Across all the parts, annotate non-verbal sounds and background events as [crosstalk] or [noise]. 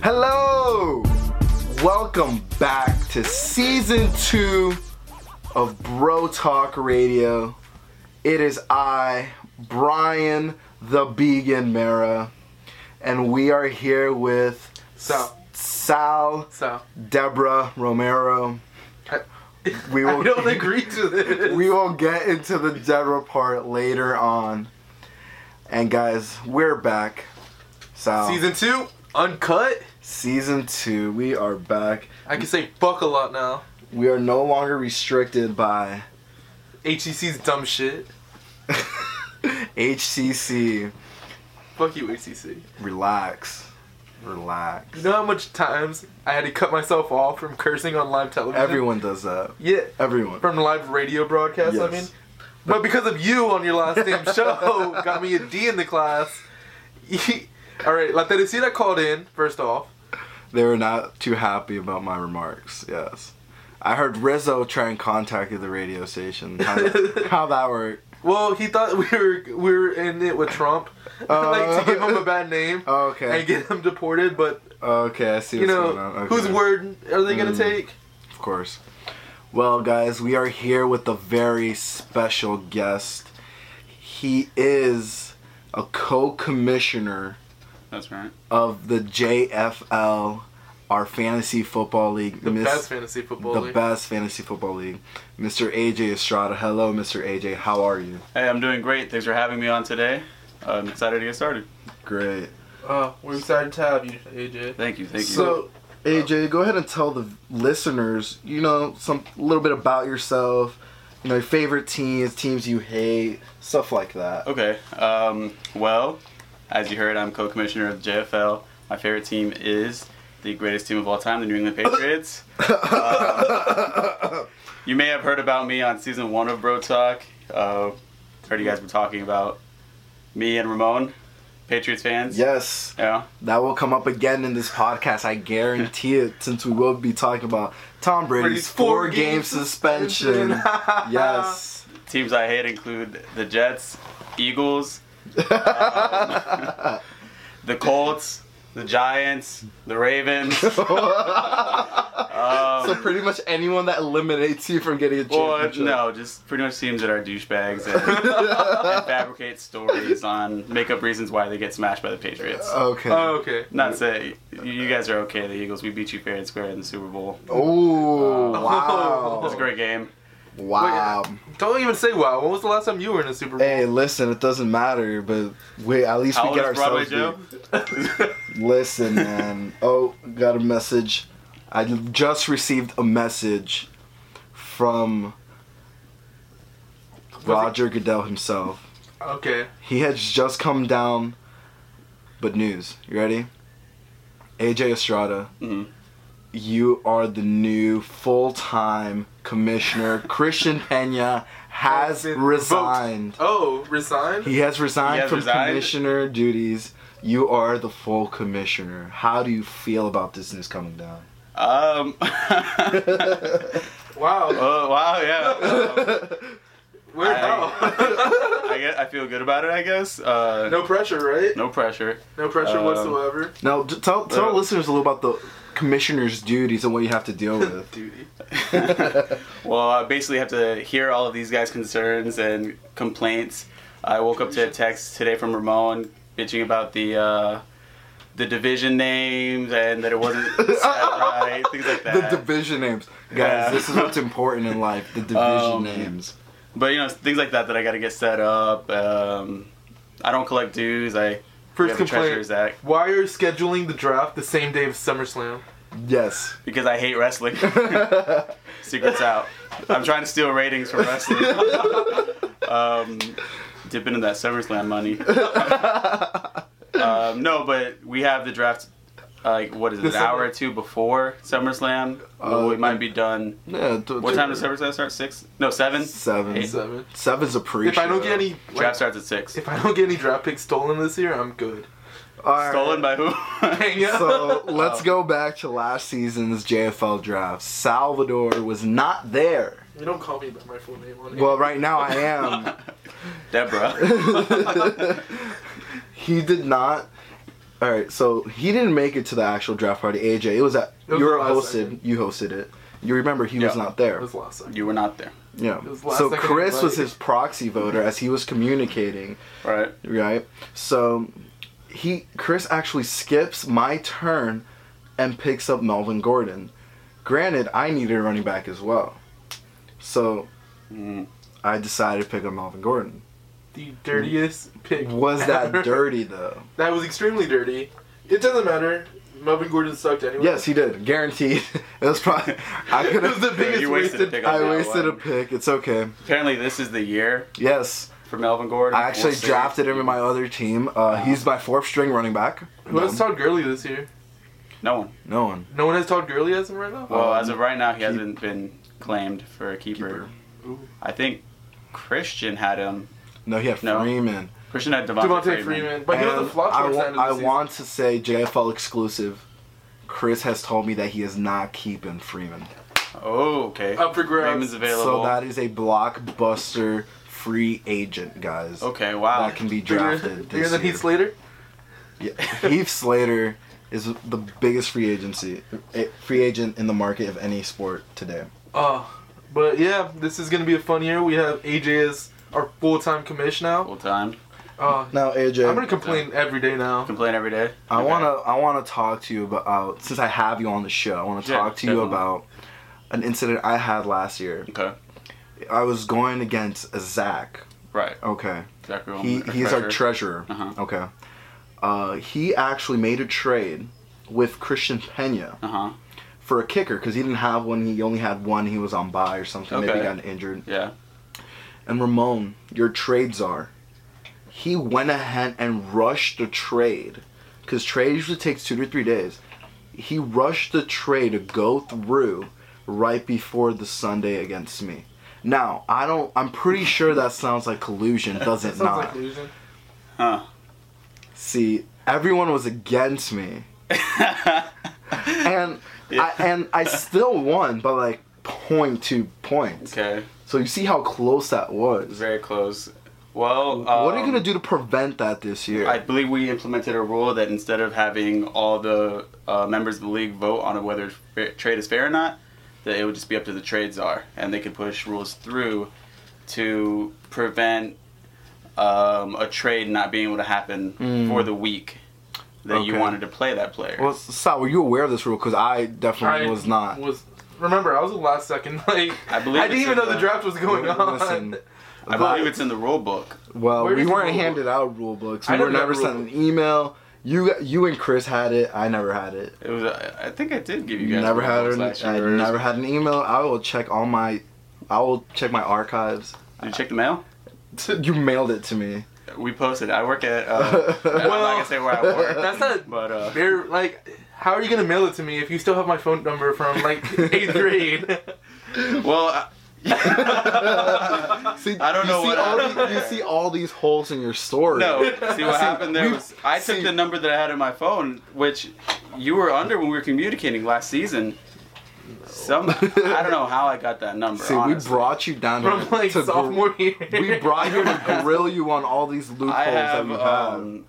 Hello! Welcome back to season two of Bro Talk Radio. It is I, Brian the Vegan Mara, and we are here with Sal. Sal So Deborah Romero. I, We I [laughs] don't agree to this. we will get into the Deborah part later on. And guys, we're back. Sal. Season two, uncut. Season two, we are back. I can say fuck a lot now. We are no longer restricted by HCC's E dumb shit. HCC. Fuck you, E HCC. Relax. Relax. You know how much times I had to cut myself off from cursing on live television? Everyone does that. Yeah. Everyone. From live radio broadcasts, I Yes. mean. But because of you on your last damn [laughs] show, got me a D in the class. [laughs] Alright, La Teresita called in, first off. They were not too happy about my remarks. Yes. I heard Rizzo try and contact the radio station. How [laughs] that, how that worked. Well, he thought we were we were in it with Trump, [laughs] like to give him a bad name Oh, Okay. and get him deported. But Okay, I Mm, see you what's know, going on. Okay. whose word are they gonna take? Of course. Well, guys, we are here with a very special guest. He is a co commissioner That's right. of the JFL, our fantasy football league. The Miss- best fantasy football the league. best fantasy football league. Mr. AJ Estrada. Hello, Mr. AJ. How are you? Hey, I'm doing great. Thanks for having me on today. I'm excited to get started. Great. Uh, we're excited to have you, AJ. Thank you. Thank you. So, AJ, go ahead and tell the listeners, you know, some a little bit about yourself. You know, your favorite teams, teams you hate, stuff like that. okay. Um, well, as you heard, I'm co-commissioner of JFL. My favorite team is the greatest team of all time, the New England Patriots. Um, you may have heard about me on season one of Bro Talk. Uh, heard you guys were talking about me and Ramon, Patriots fans. Yes. Yeah. That will come up again in this podcast, I guarantee it, since we will be talking about Tom Brady's Brady's four four game game suspension. [laughs] yes. Teams I hate include the Jets, [laughs] Eagles, the Colts, the Giants, the [laughs] Ravens. so Um, pretty much anyone that eliminates you from getting a well, championship. no, just pretty much teams that are douchebags [laughs] and, and fabricate stories on make up reasons why they get smashed by the Patriots. Okay. Um, Oh, okay. Not say you- you guys are okay. The Eagles, we beat you fair and square in the Super Bowl. oh, [laughs] Uh, wow. It was a great game. Wow. Don't even say wow. When was the last time you were in a Super Bowl? Hey, listen, it doesn't matter, but wait, at least How we old get is Broadway ourselves. Joe? beat. [laughs] Listen, man. Oh, got a message. I just received a message from Roger Goodell himself. okay. He has just come down, but news. You ready? AJ Estrada, Mhm. you are the new full time [laughs] commissioner. Christian Pena has Has been resigned. Oh, resigned. He has resigned He has from resigned? commissioner duties. You are the full commissioner. How do you feel about this news coming [laughs] down? Um. [laughs] [laughs] Wow. oh wow, yeah. Um, Where I- how? I guess, I feel good about it. I guess. Uh, [laughs] no pressure, right? No pressure. [laughs] No pressure Um, whatsoever. Now, t- tell, tell Uh, our listeners a little about the commissioner's duties and what you have to deal [laughs] with. Duty. Well, I basically have to hear all of these guys' concerns and complaints. I woke up to a text today from Ramon bitching about the uh, the division names and that it [laughs] wasn't set right, things like the that. division names, guys. Yeah. This is what's important in life: the division Um, names. but you know, things like that that I got to get set up. Um, I don't collect dues. I we First have a treasurer's complaint. act Why are you scheduling the draft the same day of SummerSlam? [laughs] Yes. because I hate wrestling. [laughs] Secrets out. I'm trying to steal ratings from wrestling. um, dip into that SummerSlam money. um, no, but we have the draft. uh, Like what is it? The An hour summer- or two before SummerSlam. Uh, we might be done. yeah. t- What t- time does SummerSlam start? Six? No, seven. Seven. Eight. Seven. Seven's a pre. If I don't get any Draft starts at six. If I don't get any draft picks stolen this year, I'm good. [laughs] Stolen by who? Hang up. So let's go back to last season's JFL draft. Salvador was not there. you don't call me by my full name on here. Well, right now I am. Um, [laughs] Deborah. he did not All right, so he didn't make it to the actual draft party. AJ, it was at It was you were the last hosted. second. You hosted it. You remember he was Yeah. not there. It was last second. You were not there. yeah. was last So second Chris was invite. his proxy voter as he was communicating. Right. right? So he Chris actually skips my turn and picks up Melvin Gordon. Granted, I needed a running back as well. So Mm. I decided to pick up Melvin Gordon. The dirtiest pick. Was ever. [laughs] that dirty though? That was extremely dirty. It doesn't matter. Melvin Gordon sucked anyway. Yes, he did. Guaranteed. [laughs] It was probably I could It was the have biggest you wasted. wasted a pick on I that wasted a one. pick. It's okay. Apparently, this is the year Yes, for Melvin Gordon. I actually We'll see. drafted him in my other team. Uh, he's my fourth string running back. Who has Todd Gurley this year? No one. No one. No one has Todd Gurley as him right now. Well, as of right now, he keep- hasn't been claimed for a keeper. Keeper. Ooh. I think Christian had him. No, he had No. Freeman. Christian had Devontae, Devontae Freeman. Freeman, but he was And a flop I, towards the wa- end of the I season. want to say JFL exclusive. Chris has told me that he is not keeping Freeman. Oh, okay. Up for grabs. Freeman's available. So that is a blockbuster free agent, guys. okay, wow. That can be Bigger, drafted bigger this than year. Heath Slater. Yeah. Heath Slater is the biggest free agency eh, free agent in the market of any sport today. Oh, but yeah, this is gonna be a fun year. We have AJ as our full-time commish now. Full time. Uh, Now, AJ, I'm gonna complain every day now. Complain every day. I Okay. wanna I wanna talk to you about since I have you on the show. I wanna Yeah, talk to you definitely. about an incident I had last year. Okay. I was going against Zach. Right. Okay. Exactly. what He, I'm- he's our treasurer. Uh-huh. Okay. Uh, he actually made a trade with Christian Pena Uh huh. for a kicker because he didn't have one. He only had one. He was on bye or something. Maybe he Okay. got injured. Yeah. And Ramon, your trades are. He went ahead and rushed the trade because trade usually takes two to three days. He rushed the trade to go through right before the Sunday against me. Now, I don't, I'm pretty sure that sounds like collusion, does [laughs] it Sounds not? like losing. Huh. See, everyone was against me, [laughs] and Yeah. I and I still won by like point two points. okay. So you see how close that was. Very close. Well, what are you um, gonna do to prevent that this year? I believe we implemented a rule that instead of having all the uh, members of the league vote on whether fa- trade is fair or not, that it would just be up to the trade czar, and they could push rules through to prevent um, a trade not being able to happen for the week that you Hmm. Okay. wanted to play that player. well, Sal, were you aware of this rule? Because I definitely I was [laughs] not. Was remember I was the last second. [laughs] Like I believe I didn't it's even in know the the- draft was going on. Listen, I believe it's in the rule book. well, Where we is the weren't rule book? handed out rule books. I We were never got never rule sent an email. You, got- you and Chris had it. I never had it. It was. I I think I did give you You guys. never rule had books an, last I year. never had an email. I will check all my, I will check my archives. [laughs] Did you check the mail? You mailed it to me. We posted. I work at. [laughs] Uh, I'm not Well, gonna say where I work. that's not- But uh, [laughs] They're like, how are you gonna mail it to me if you still have my phone number [laughs] from like eighth grade? well. I- See, I don't you know see what all happened the- you there. see all these holes in your story. No, [laughs] see what happened there we- was I see- took the number that I had in my phone, which you were under when we were communicating last season. Some I don't know how I got that number. See, honestly. we brought you down from to, like to gr- sophomore year. we brought you to [laughs] grill you on all these loopholes I have. that you have. Um,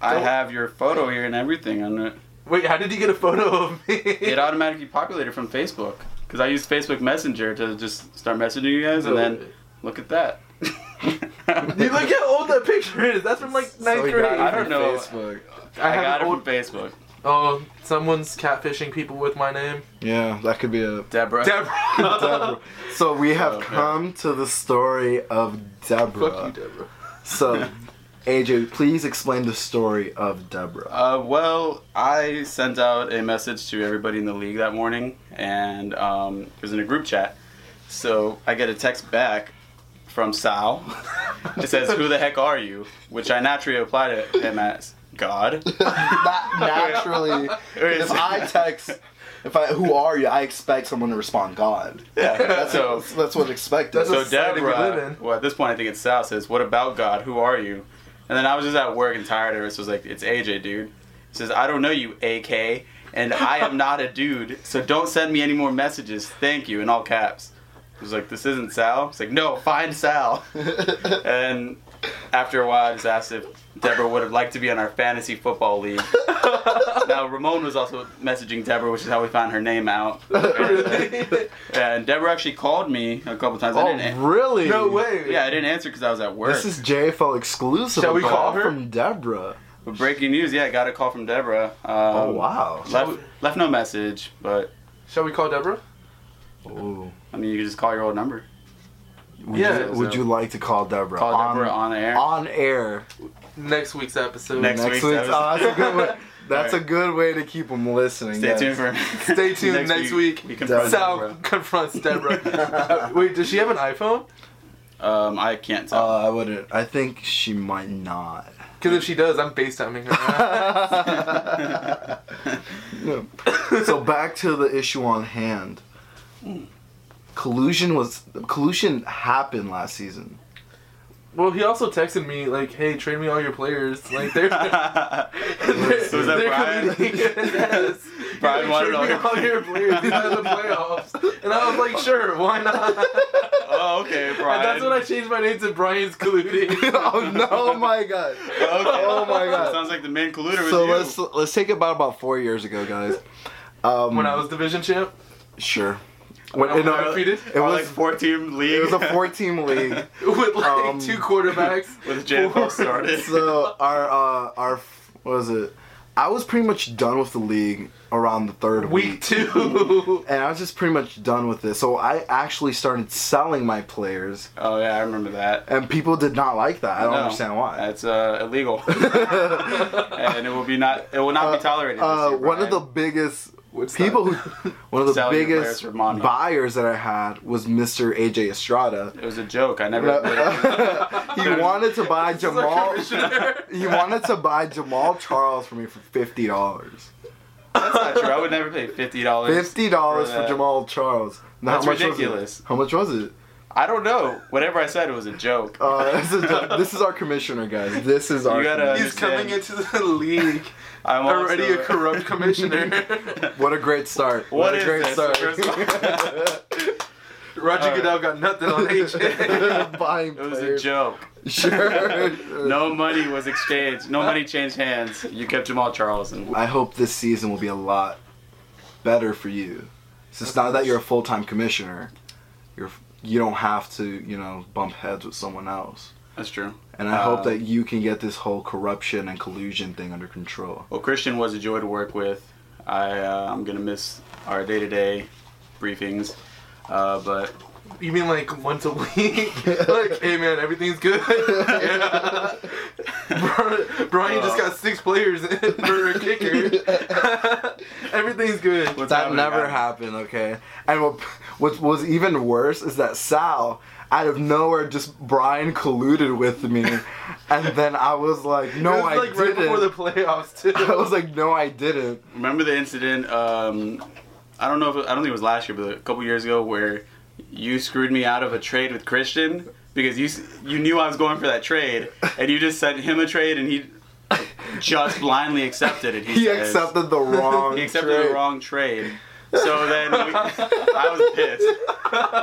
I have your photo here and everything on it. [laughs] Wait, how did you get a photo of me? It automatically populated from Facebook because I used Facebook Messenger to just start messaging you guys, and then look at that. [laughs] You look how old that picture is. That's from like ninth So he got grade. it I don't from know. Facebook. [laughs] I have got an it from old- Facebook. Oh, someone's catfishing people with my name. Yeah, that could be a. [laughs] Deborah. Deborah. So we have Okay. come to the story of Deborah. Fuck you, Deborah. So, AJ, please explain the story of [laughs] Deborah. Uh, well, I sent out a message to everybody in the league that morning, and um, it was in a group chat. So I get a text back from Sal. [laughs] It says, "Who the heck are you?" Which I naturally reply to him as God. [laughs] Not naturally. if I text, if I who are you, I expect someone to respond God. Yeah. That's so that's what's expected. That's so a society we live Deborah. in. Well, at this point, I think it's Sal says, "What about God? Who are you?" And then I was just at work and tired of it, so I was like, "It's AJ, dude." He says, "I don't know you, AK." And [laughs] I am not a dude, so don't send me any more messages. Thank you, [laughs] in all caps. I was like, this isn't Sal. It's like, no, find Sal. And After a while, I just asked if Deborah would have liked to be on our fantasy football [laughs] league. now, Ramon was also messaging Deborah, which is how we found her name out. [laughs] [laughs] And Deborah actually called me a couple times. I Oh, didn't an- really? no way. yeah, I didn't answer because I was at work. This is JFL exclusive. Shall we A call her? from Deborah? But breaking news, yeah, I got a call from Deborah. Um, oh wow. Left, left no message, but Shall we call Deborah? Ooh. I mean, you can just call your old number. Would Yeah, You, would so- you like to call Deborah? Call Deborah on air. On air. Next week's episode. Next Next week's week's. episode. Oh, that's a good [laughs] way. That's Alright. a good way to keep them listening. Stay yes. tuned for [laughs] [laughs] Stay tuned next week. We confront Sal Deborah. confronts [laughs] Deborah. Uh, Wait, does she have an iPhone? Um, I can't tell. [laughs] Uh, I wouldn't. I think she might not. Because if she does, I'm FaceTiming her. [laughs] No. [laughs] so back to the issue on hand. Collusion was collusion happened last season. [laughs] well, he also texted me like, "Hey, trade me all your players." Like they're. So was that Brian? [laughs] yes. Brian like, wanted [laughs] trade all me all your- your players in the playoffs, and I was like, "Sure, why not?" [laughs] oh, okay, Brian. And that's when I changed my name to Brian's Colluding. [laughs] oh no, my god. Okay. Oh my God. Sounds like the main colluder was So you. let's let's take it about about four years ago, guys. Um, when I was division champ, sure. When, I you know, was [laughs] undefeated [laughs] it Or was like four team league. it was a four team league. with like Um, two quarterbacks. [laughs] with JFL started. so our uh, our what was it? I was pretty much done with the league around the third Week [laughs] two. and I was just pretty much done with it. So I actually started selling my players, oh yeah, I remember that. and people did not like that. I don't No. understand why. That's uh, [laughs] illegal, and it will be not. It will not be tolerated. this Uh, year, one of the Brian. biggest What's people that? [laughs] who, one of the Selling your players biggest for money. buyers that I had was Mr. AJ [laughs] Estrada. It was a joke. I [laughs] never. he wanted to [laughs] buy [laughs] This is our Jamal. commissioner. He wanted to buy Jamal Charles for me for fifty [laughs] dollars. that's not true. I would never pay fifty dollars. [laughs] Fifty dollars For for that. Jamal Charles. Now, That's how much Was ridiculous. it? How much was it? I don't know. Whatever I said was a joke. Uh, [laughs] this, is, [laughs] this is our commissioner, guys. This is our. gotta- commissioner. He's coming into the league I'm already also- a corrupt commissioner. What a great start! [laughs] What a is great this? First of all- [laughs] Roger Alright. Goodell got nothing on AJ. Buying [laughs] It was [laughs] a players. joke. Sure. No money was exchanged. No money changed hands. You kept Jamal Charles, and I hope this season will be a lot better for you. Since now that you're a full time commissioner, you're you don't have to you know bump heads with someone else. that's true. And I Uh, hope that you can get this whole corruption and collusion thing under control. Well, Christian was a joy to work with. I uh, I'm gonna miss our day-to-day briefings, uh, but [laughs] you mean like once a [laughs] week? like, hey man, everything's good. [laughs] Yeah. [laughs] Uh. Bri- Brian just got six players in [laughs] for a kicker. [laughs] everything's good. what's That happening, never guys? happened, okay? And what, what was even worse is that Sal, out of nowhere, just Brian colluded with me. and then I was like, no, it was I like right didn't. before the playoffs too. [laughs] I was like, no, I didn't. Remember the incident? Um, I don't know if it- I don't think it was last year, but a couple years ago, where you screwed me out of a trade with Christian because you s- you knew I was going for that trade, and you just sent him a trade, and he just blindly accepted it. He says. accepted the [laughs] wrong. He accepted trade. the wrong trade. So then we, I was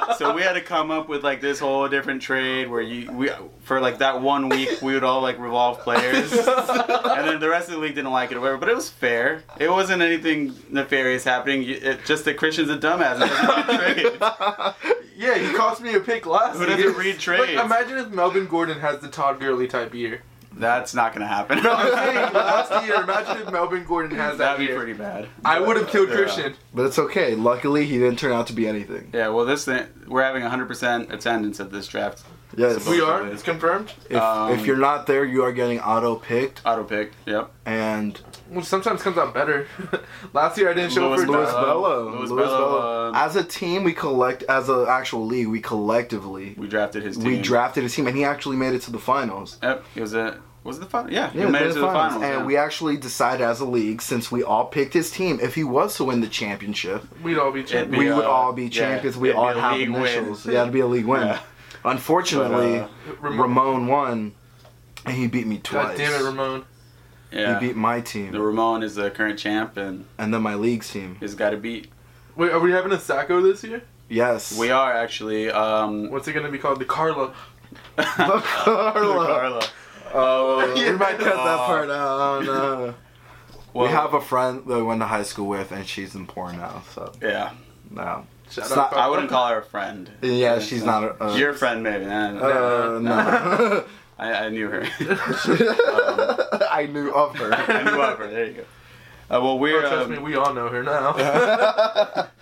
pissed. So we had to come up with like this whole different trade where you we for like that one week we would all like revolve players, [laughs] and then the rest of the league didn't like it or whatever. But it was fair. It wasn't anything nefarious happening. You- It, just that Christian's a dumbass. and doesn't like trades. [laughs] yeah, he cost me a pick last Who doesn't year. read Like, trades? imagine if Melvin Gordon has the Todd Gurley type year. [laughs] That's not gonna happen. I'm saying last year. Imagine if Melvin Gordon has that That'd be year. pretty bad. I would have killed Yeah. Christian. But it's okay. Luckily, he didn't turn out to be anything. Yeah. Well, this thing we're having 100% attendance at this draft. Yes. We Both are. of it. It's confirmed. If, Um, if you're not there, you are getting auto picked. Auto pick. Yep. And Which sometimes comes out better. [laughs] Last year I didn't show Louis up for Louis Bello. Bello. Louis Louis Bello, Bello. um, as a team, we collect. As an actual league, we collectively We drafted his team. we drafted his team, and he actually made it to the finals. Yep, it was a was it the final? Yeah, Yeah, he he made made it the to the finals. finals. and yeah. we actually decided as a league, since we all picked his team, if he was to win the championship, We'd all be It'd champions. be, we would uh, all be yeah, champions. it'd we be all a have league win. initials. Yeah, it'd be a league win. Yeah. uh, Unfortunately, Ramon. Ramon won, and he beat me twice. God damn it, Ramon. yeah. He beat my the team, Ramon is the current champ and and then my league's team. he's got to beat. Wait, are we having a Sacco this year? Yes. [laughs] We are actually um, What's it gonna be called? The Carlo. Carla. Carla. Oh, we might cut that Oh. part out. Oh, [laughs] no. Well, we have a friend that we went to high school with, and she's in porn now. So yeah. no, Shout It's out not- Carla. I wouldn't call her a friend. yeah, she's not. A, uh, Your friend, maybe. Nah, nah, uh, [laughs] nah. no. I, I knew [laughs] her. [laughs] [laughs] I knew of I her. knew of her. There you go. Uh, well, Oh, we're. trust um, me, we all know her now. [laughs] [laughs]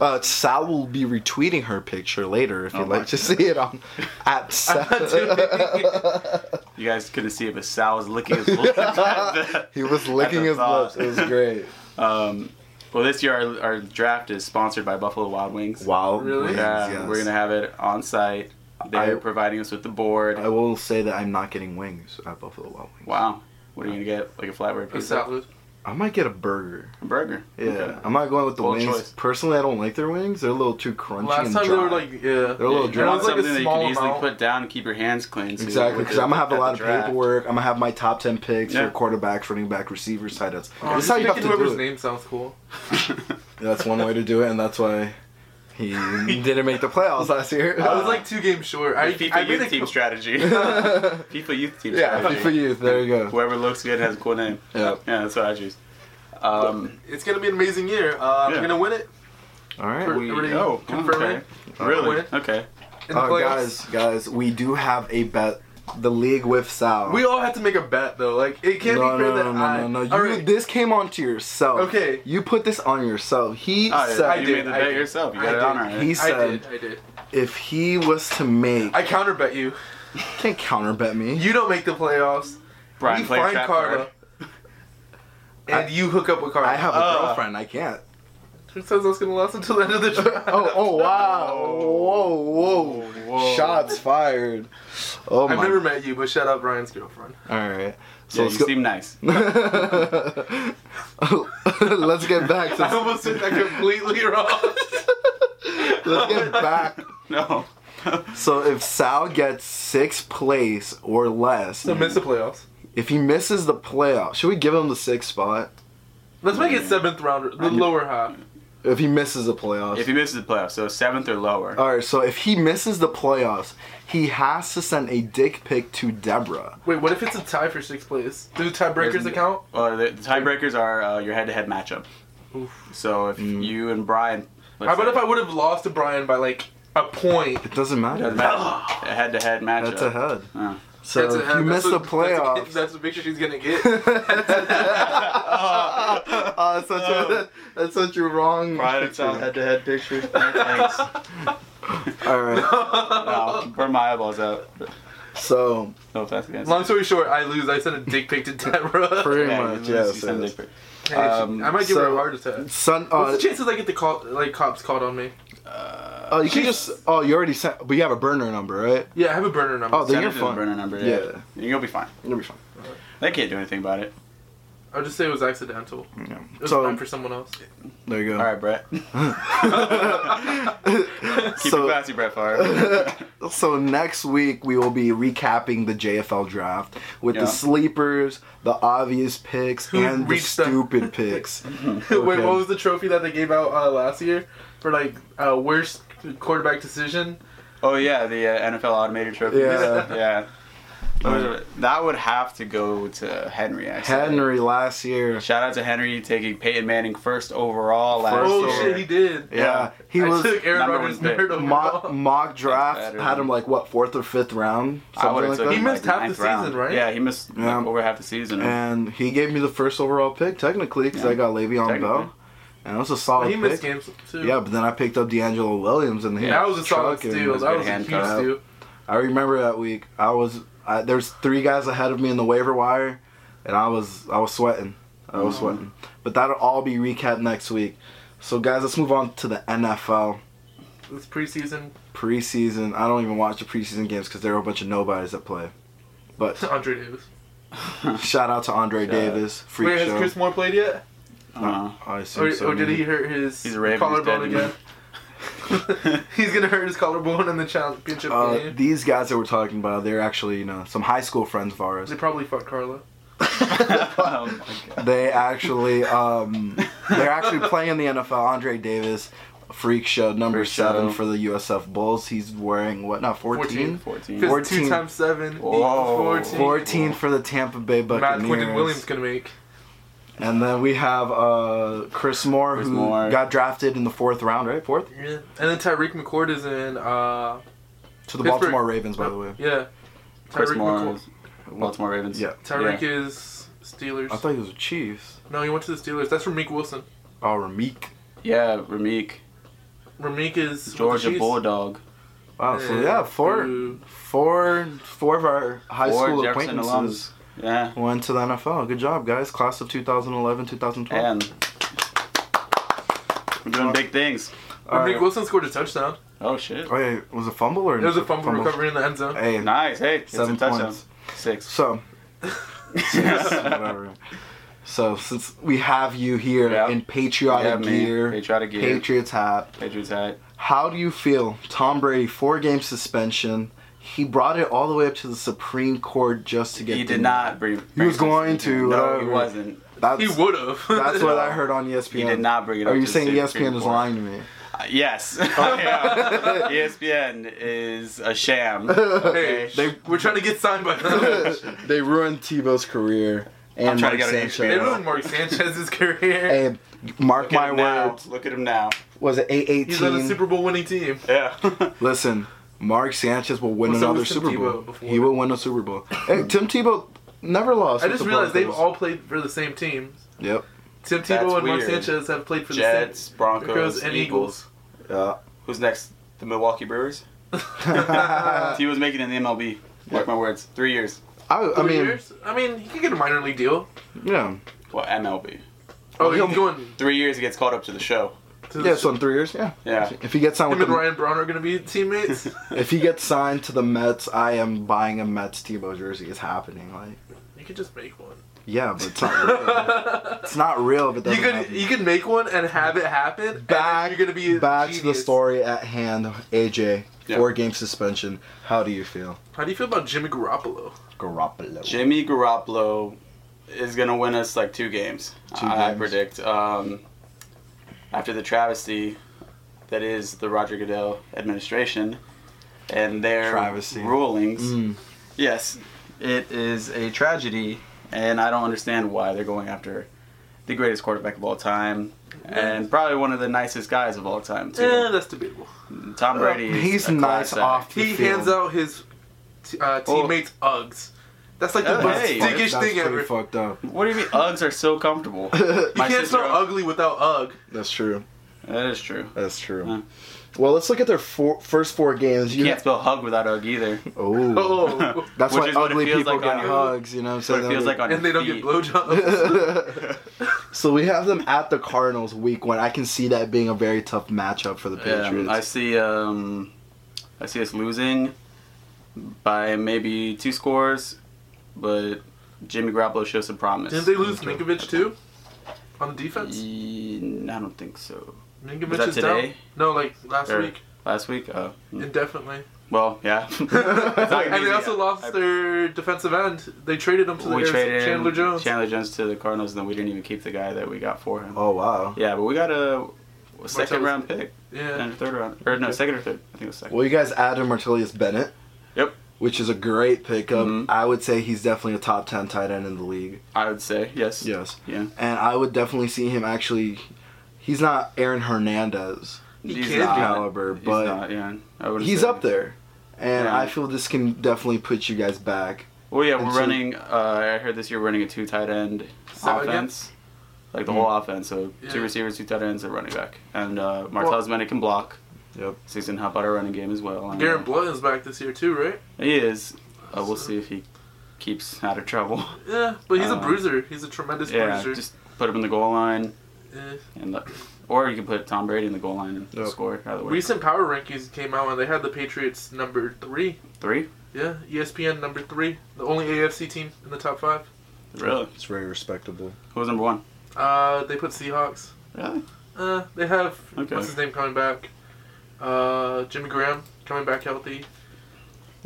Uh, Sal will be retweeting her picture later if Oh you'd my like to see it on [laughs] at Sal. you guys couldn't see it, but Sal was licking [laughs] his lips. at the- he was at licking the his lips. thought. It was great. [laughs] Um, well, this year our, our draft is sponsored by Buffalo Wild Wings. Wow. Really? Wings, Yeah, yes. we're gonna have it on site. They're I- providing us with the board. I will say that I'm not getting wings at Buffalo Wild Wings. wow. What are you gonna get? Like a flatbread A pizza? salad. I might get a burger. A burger. Yeah, Okay. I'm not going with the Bold wings. choice. Personally, I don't like their wings. They're a little too crunchy Last and time dry. they were like, yeah. They're a little You dry. want It was like a something that you small can easily amount. put down and keep your hands clean. too, Exactly, with because the- I'm gonna have a at lot the of draft. [laughs] paperwork. I'm gonna have my top ten picks Yeah. for quarterbacks, running back, receivers, tight ends. Oh, that's how you just have to making whoever's do it. name [laughs] sounds cool. That's one way to do it, and that's why [laughs] he didn't make the playoffs last year. I was [laughs] like two games short. I, FIFA I made youth a team co- strategy. yeah, FIFA youth team strategy. for youth. There you go. Whoever looks good has a cool name. Yeah. Yeah, that's what I choose. Um, It's gonna be an amazing year. Uh, Yeah. We're gonna win it. All right. For- we- Already oh, confirmed okay. it? Really? Win. Okay. In the Uh, playoffs. guys, guys, we do have a bet. The league with Sal. We all have to make a bet though. Like it can't no, be fair no, that no, no, I. no, no. You, All right. This came onto yourself. Okay. You put this on yourself. He Oh, yeah, said you did, made the I bet did. yourself. You I got it did. on right. He's- I said- did. I did. if he was to make, I counterbet you. can't counterbet me. You don't make the playoffs. Brian we played find trap Carla. card. And you hook up with Carla. I have a Uh. girlfriend. I can't. Who says that's gonna last until the end of [laughs] the [laughs] draft? Oh, oh wow! Whoa, Whoa. whoa! Whoa. Oh, Shots fired. Oh I've my! never met you, but shout out Brian's [laughs] girlfriend. All right. So Yeah, you let's go. [laughs] seem nice. [laughs] let's get back I to almost did that completely [laughs] wrong. [laughs] let's get back. [laughs] No. So if Sal gets sixth place or less, so miss the playoffs. if he misses the playoff, should we give him the sixth spot? Let's make it seventh rounder, the lower half. If he misses the playoffs, if he misses the playoffs, so seventh or lower. all right. So if he misses the playoffs, he has to send a dick pic to Deborah. Wait, what if it's a tie for sixth place? Do tiebreakers Doesn't- account? Well, the, the tiebreakers are uh, your head-to-head matchup. Oof. So if Mm. you and Brian, How about if I would have lost to Brian by like a point? It doesn't matter. doesn't matter. a head-to-head matchup? Oh. That's a head. Oh. So That's a- if you that's miss what- the that's a- playoffs. [laughs] That's the picture she's gonna get. [laughs] oh, that's such a that's such a wrong. [laughs] Brian and picture. Sal head-to-head picture. [laughs] Thanks. All [laughs] right. no, burn my eyeballs out. So No offense [laughs] against. Long story short, I lose. I sent a dick pic to Deborah. pretty Yeah, you much, lose, yes. you send yes. dick Hey, pic. she- Um, I might give her so- a heart attack. Sun. What's Uh, the chances I get the call, like cops called on me? uh, oh, you can just. Oh, you already sent. But you have a burner number, right? Yeah, I have a burner number. Oh, Send then it you're to the fine. burner number. Yeah. Yeah. You'll be fine. You'll be fine. They can't do anything about it. I'll just say it was accidental. Yeah. It was So meant for someone else. there you go. All right, Brett. [laughs] Keep it so classy, Brett Favre. [laughs] so next week we will be recapping the JFL draft with Yeah. the sleepers, the obvious picks, Who and the reached the- stupid [laughs] picks. [laughs] Wait, Okay. what was the trophy that they gave out uh, last year for like uh, worst quarterback decision? oh yeah, the uh, NFL automated trophy. Yeah. [laughs] [laughs] yeah. Those are- That would have to go to Henry. Actually. Henry last year. Shout out to Henry taking Peyton Manning first overall last First Oh overall. year. shit, he did. Yeah, he I was took Aaron number Rodgers one pick. third mock, overall. [laughs] mock draft better had than- him like what fourth or fifth round, I something would have like took that. him He missed like half ninth the season, round. right? Yeah, he missed like, Yeah. over half the season. [laughs] and he gave me the first overall pick technically because I got Le'Veon Technically. Bell, and it was a But solid [laughs] he missed pick. games too. Yeah, but then I picked up D'Angelo Williams and he that was a solid trucking. steal. was That good was a huge handcuff. steal. I remember that week. I was I, there's three guys ahead of me in the waiver wire, and I was I was sweating. I was Mm-hmm. sweating. But that'll all be recapped next week. So guys, let's move on to the NFL It's preseason. [laughs] preseason. I don't even watch the preseason games because there are a bunch of nobodies that play. [laughs] But Andre Davis. shout out to Andre Shout out. Davis, freak Wait, has show. oh, Chris Moore played yet? Uh, I assume Or, so, or did man. he hurt his He's a Raven, collarbone he's dead, again? [laughs] he's gonna hurt his collarbone in the championship Uh, game. these guys that we're talking about, they're actually you know some high school friends of ours. They probably fucked Carla. [laughs] oh my [laughs] god. [laughs] They actually, um, they're actually playing in the NFL. Andre Davis Freak Show number Freak Show. seven for the USF Bulls. He's wearing what? Not 14? 14. 14. 'Cause two 14. times seven equals Whoa. 14. 14 for the Tampa Bay Matt Buccaneers. Quinton Williams gonna make. And then we have uh, Chris Moore, Chris who Moore. got drafted in the fourth round, right? Fourth? Yeah. And then Tyreek McCord is in. To Uh, the Pittsburgh. Baltimore Ravens, by the way. yeah. Chris Tyreek Moore, McCord. Baltimore Ravens. Yeah. Tyreek Yeah. is Steelers. I thought he was the Chiefs. no, he went to the Steelers. That's Rameek Wilson. Oh, Ramik. Yeah, Ramik, Rameek is with the Georgia Chiefs. Bulldog. Wow, so Uh, yeah, four, Ooh. four, four of our high Or school Jefferson acquaintances alums. Yeah. went to the NFL. Good job, guys. Class of 2011, 2012. And we're doing big things. All Rameek right. Wilson scored a touchdown. Oh shit. Oh, yeah, was it fumble or It was a fumble, recovery in the end zone. Hey, Nice. Hey, it's seven a touchdown. points. Six. [laughs] So, [laughs] whatever. So, since we have you here Yeah. in patriotic Yeah, man. gear, Patriotic gear. Patriots hat, Patriots hat. How do you feel? Tom Brady, four game suspension. He brought it all the way up to the Supreme Court just to get. He did the- not bring. He was going to, uh, No, he whatever. wasn't. That's, He would have. that's what [laughs] I heard on E ESPN. He did not bring it up. Are you to the saying E Supreme ESPN is Court. lying Oh, to me? Uh, [laughs] yes. E Yeah. [laughs] ESPN is [laughs] a sham. Hey, Okay. they, we're trying to get signed by them. they ruined Tebow's career and I'm trying to Mark get an Sanchez. they ruined Mark Sanchez's [laughs] career. Hey, mark Look at my him now. words. Look at [laughs] him now. Was it eight He's on a eighteen? Super Bowl winning team. Yeah. Listen, Mark Sanchez will win Well, so another was Tim Super Tebow Bowl. before. He will win a Super Bowl. Hey, Tim Tebow never lost. I with just the realized they've Broncos. all played for the same team. [laughs] Yep. [laughs] Tim Tebow That's and Mark weird. Sanchez have played for the Jets, same Broncos, and Eagles. Yeah. Who's next? The Milwaukee Brewers. I, He was making it in the MLB. Mark my words. Three years. I Three mean, years? I mean, he could get a minor league deal. yeah. Well, MLB. Oh, he'll- he's going Three years. He gets called up to the show. to the Yeah, so in three years, yeah. Yeah. If he gets signed Him with and the, Ryan Braun are going to [laughs] be teammates. if he gets signed to the Mets, I am buying a Mets Tebow jersey. It's happening. Like, you could just make [laughs] one. yeah, but it's not [laughs] real. it's not real. If it you doesn't could happen. you could make one and have it happen. and then back. you're going to be a back to the genius. story at hand. AJ, Yeah. four game suspension. How do you feel, How do you feel about Jimmy Garoppolo? Garoppolo? Jimmy Garoppolo is gonna win us like two games. Two I, I games. predict. Um, after the travesty that is the Roger Goodell administration and their Travesty. rulings. Mm. Yes, it is a tragedy, and I don't understand why they're going after the greatest quarterback of all time. And probably one of the nicest guys of all time too. Eh, that's debatable. Tom Brady. is He's a nice class act. off the He field. hands out his t- uh, Oh. teammates Uggs. That's like the Oh, most hey. Fuck, dickish that's thing pretty ever. fucked up. What do you mean? Uggs are so comfortable. [laughs] You My can't sister- spell ugly without [laughs] Ugg. That's true. That is true. That's true. Huh. Well, let's look at their four, first four games. You can't spell hug without hug [laughs] either. oh, Oh, that's Which why is what it ugly feels people like on get your- hugs. You know, what I'm So saying it feels like [laughs] on and they your don't feet. get blowjobs. [laughs] [laughs] so we have them at the Cardinals week one. I can see that being a very tough matchup for the Patriots. Um, I see. Um, I see us losing by maybe two scores, but Jimmy Garoppolo shows some promise. Didn't they lose Ninkovich too? On the defense? Mm, I don't think so. Was Ninkovich that is today? down. No, like last Or- week. Last week? Oh, mm. [laughs] Indefinitely. well, yeah. [laughs] And they also lost I- their defensive end. They traded him to the we Arizona- traded Chandler Jones. Chandler Jones to the Cardinals, and then we didn't even keep the guy that we got for him. oh wow. Yeah, but we got a second Martellus- round pick and Yeah. a third round, or no, second or third. I think it was second. Well, you guys added Martellus Bennett. Yep. Which is a great pickup. Mhm. I would say he's definitely a top ten tight end in the league. I would say yes. Yes. Yeah. And I would definitely see him actually. He's not Aaron Hernandez He He's can not- be. caliber, he's but not, yeah, I would he's say. up there. And Yeah. I feel this can definitely put you guys back. Well, yeah, And we're so- running. Uh, I heard this year we're running a two tight end So Oh, again- offense, like Mm-hmm. the whole offense. So Yeah. two receivers, two tight ends, and running back. And uh, Martellus Bennett can block. Yep. So he's gonna help out our running game as well. And, Darren Blunt is back this year too, right? He is. Uh, we'll see if he keeps out [laughs] of trouble. Yeah, but he's Uh, a bruiser. He's a tremendous yeah, bruiser. just put him in the goal line Yeah. and look. Or you can put Tom Brady in the goal line and Yep. score. Either way, Recent power rankings came out and they had the Patriots number three. three. Yeah, E ESPN number three, the only AFC team in the top five. Really? It's very respectable. Who was number one? Uh, they put Seahawks. Really? Uh, they have Okay. what's his name coming back. Uh, Jimmy Graham coming back healthy.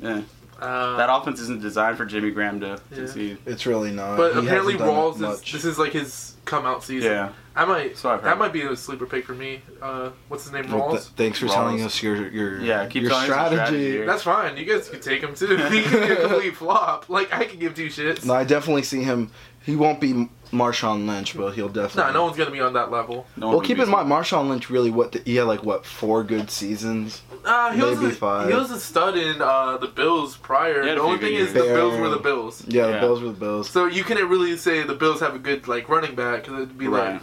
Yeah. Uh, That offense isn't designed for Jimmy Graham to Yeah. succeed. It's really not. But He apparently hasn't done Rawls that is much. this is like his come out season. Yeah. I might So I've heard. that might be a sleeper pick for me. Uh, what's his name? Well, th- Rawls. thanks for Rawls. telling us your your Yeah, keep your telling us your strategy. strategy. That's fine. You guys can take him too. [laughs] He can [laughs] be a complete flop. Like I can give two shits. No, I definitely see him. He won't be Marshawn Lynch, but he'll Nah, definitely. no one's gonna be on that level. No one Well, can keep beat in mind, Marshawn Lynch really what the, he had like what four good seasons. Uh, he was Maybe a, five. he was a stud in uh, the Bills prior. He had The a few only good thing is the years. Bills Fair. were the Bills. Yeah, the Yeah. Bills were the Bills. So you couldn't really say the Bills have a good like running back because it'd be him. Right. like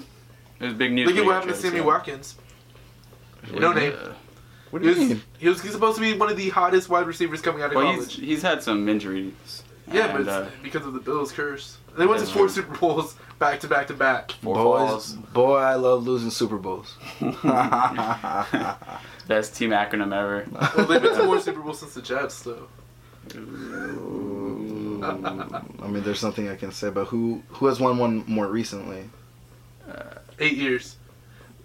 There's big news. look at week, what happened to Travis Sammy Hill. Watkins. No name. Uh, what He do you was, mean? he was he's supposed to be one of the hottest wide receivers coming out of Well, he's college. he's had some injuries. Yeah, but and, it's uh, because of the Bills curse. They went to yeah. four Super Bowls back to back to back. four Boys, falls. boy, I love losing Super [laughs] Bowls. Best team acronym ever. [laughs] Well, they've been to more Super Bowls since the Jets, though. Ooh. I mean, there's nothing I can say, but who who has won one more recently? Eight years.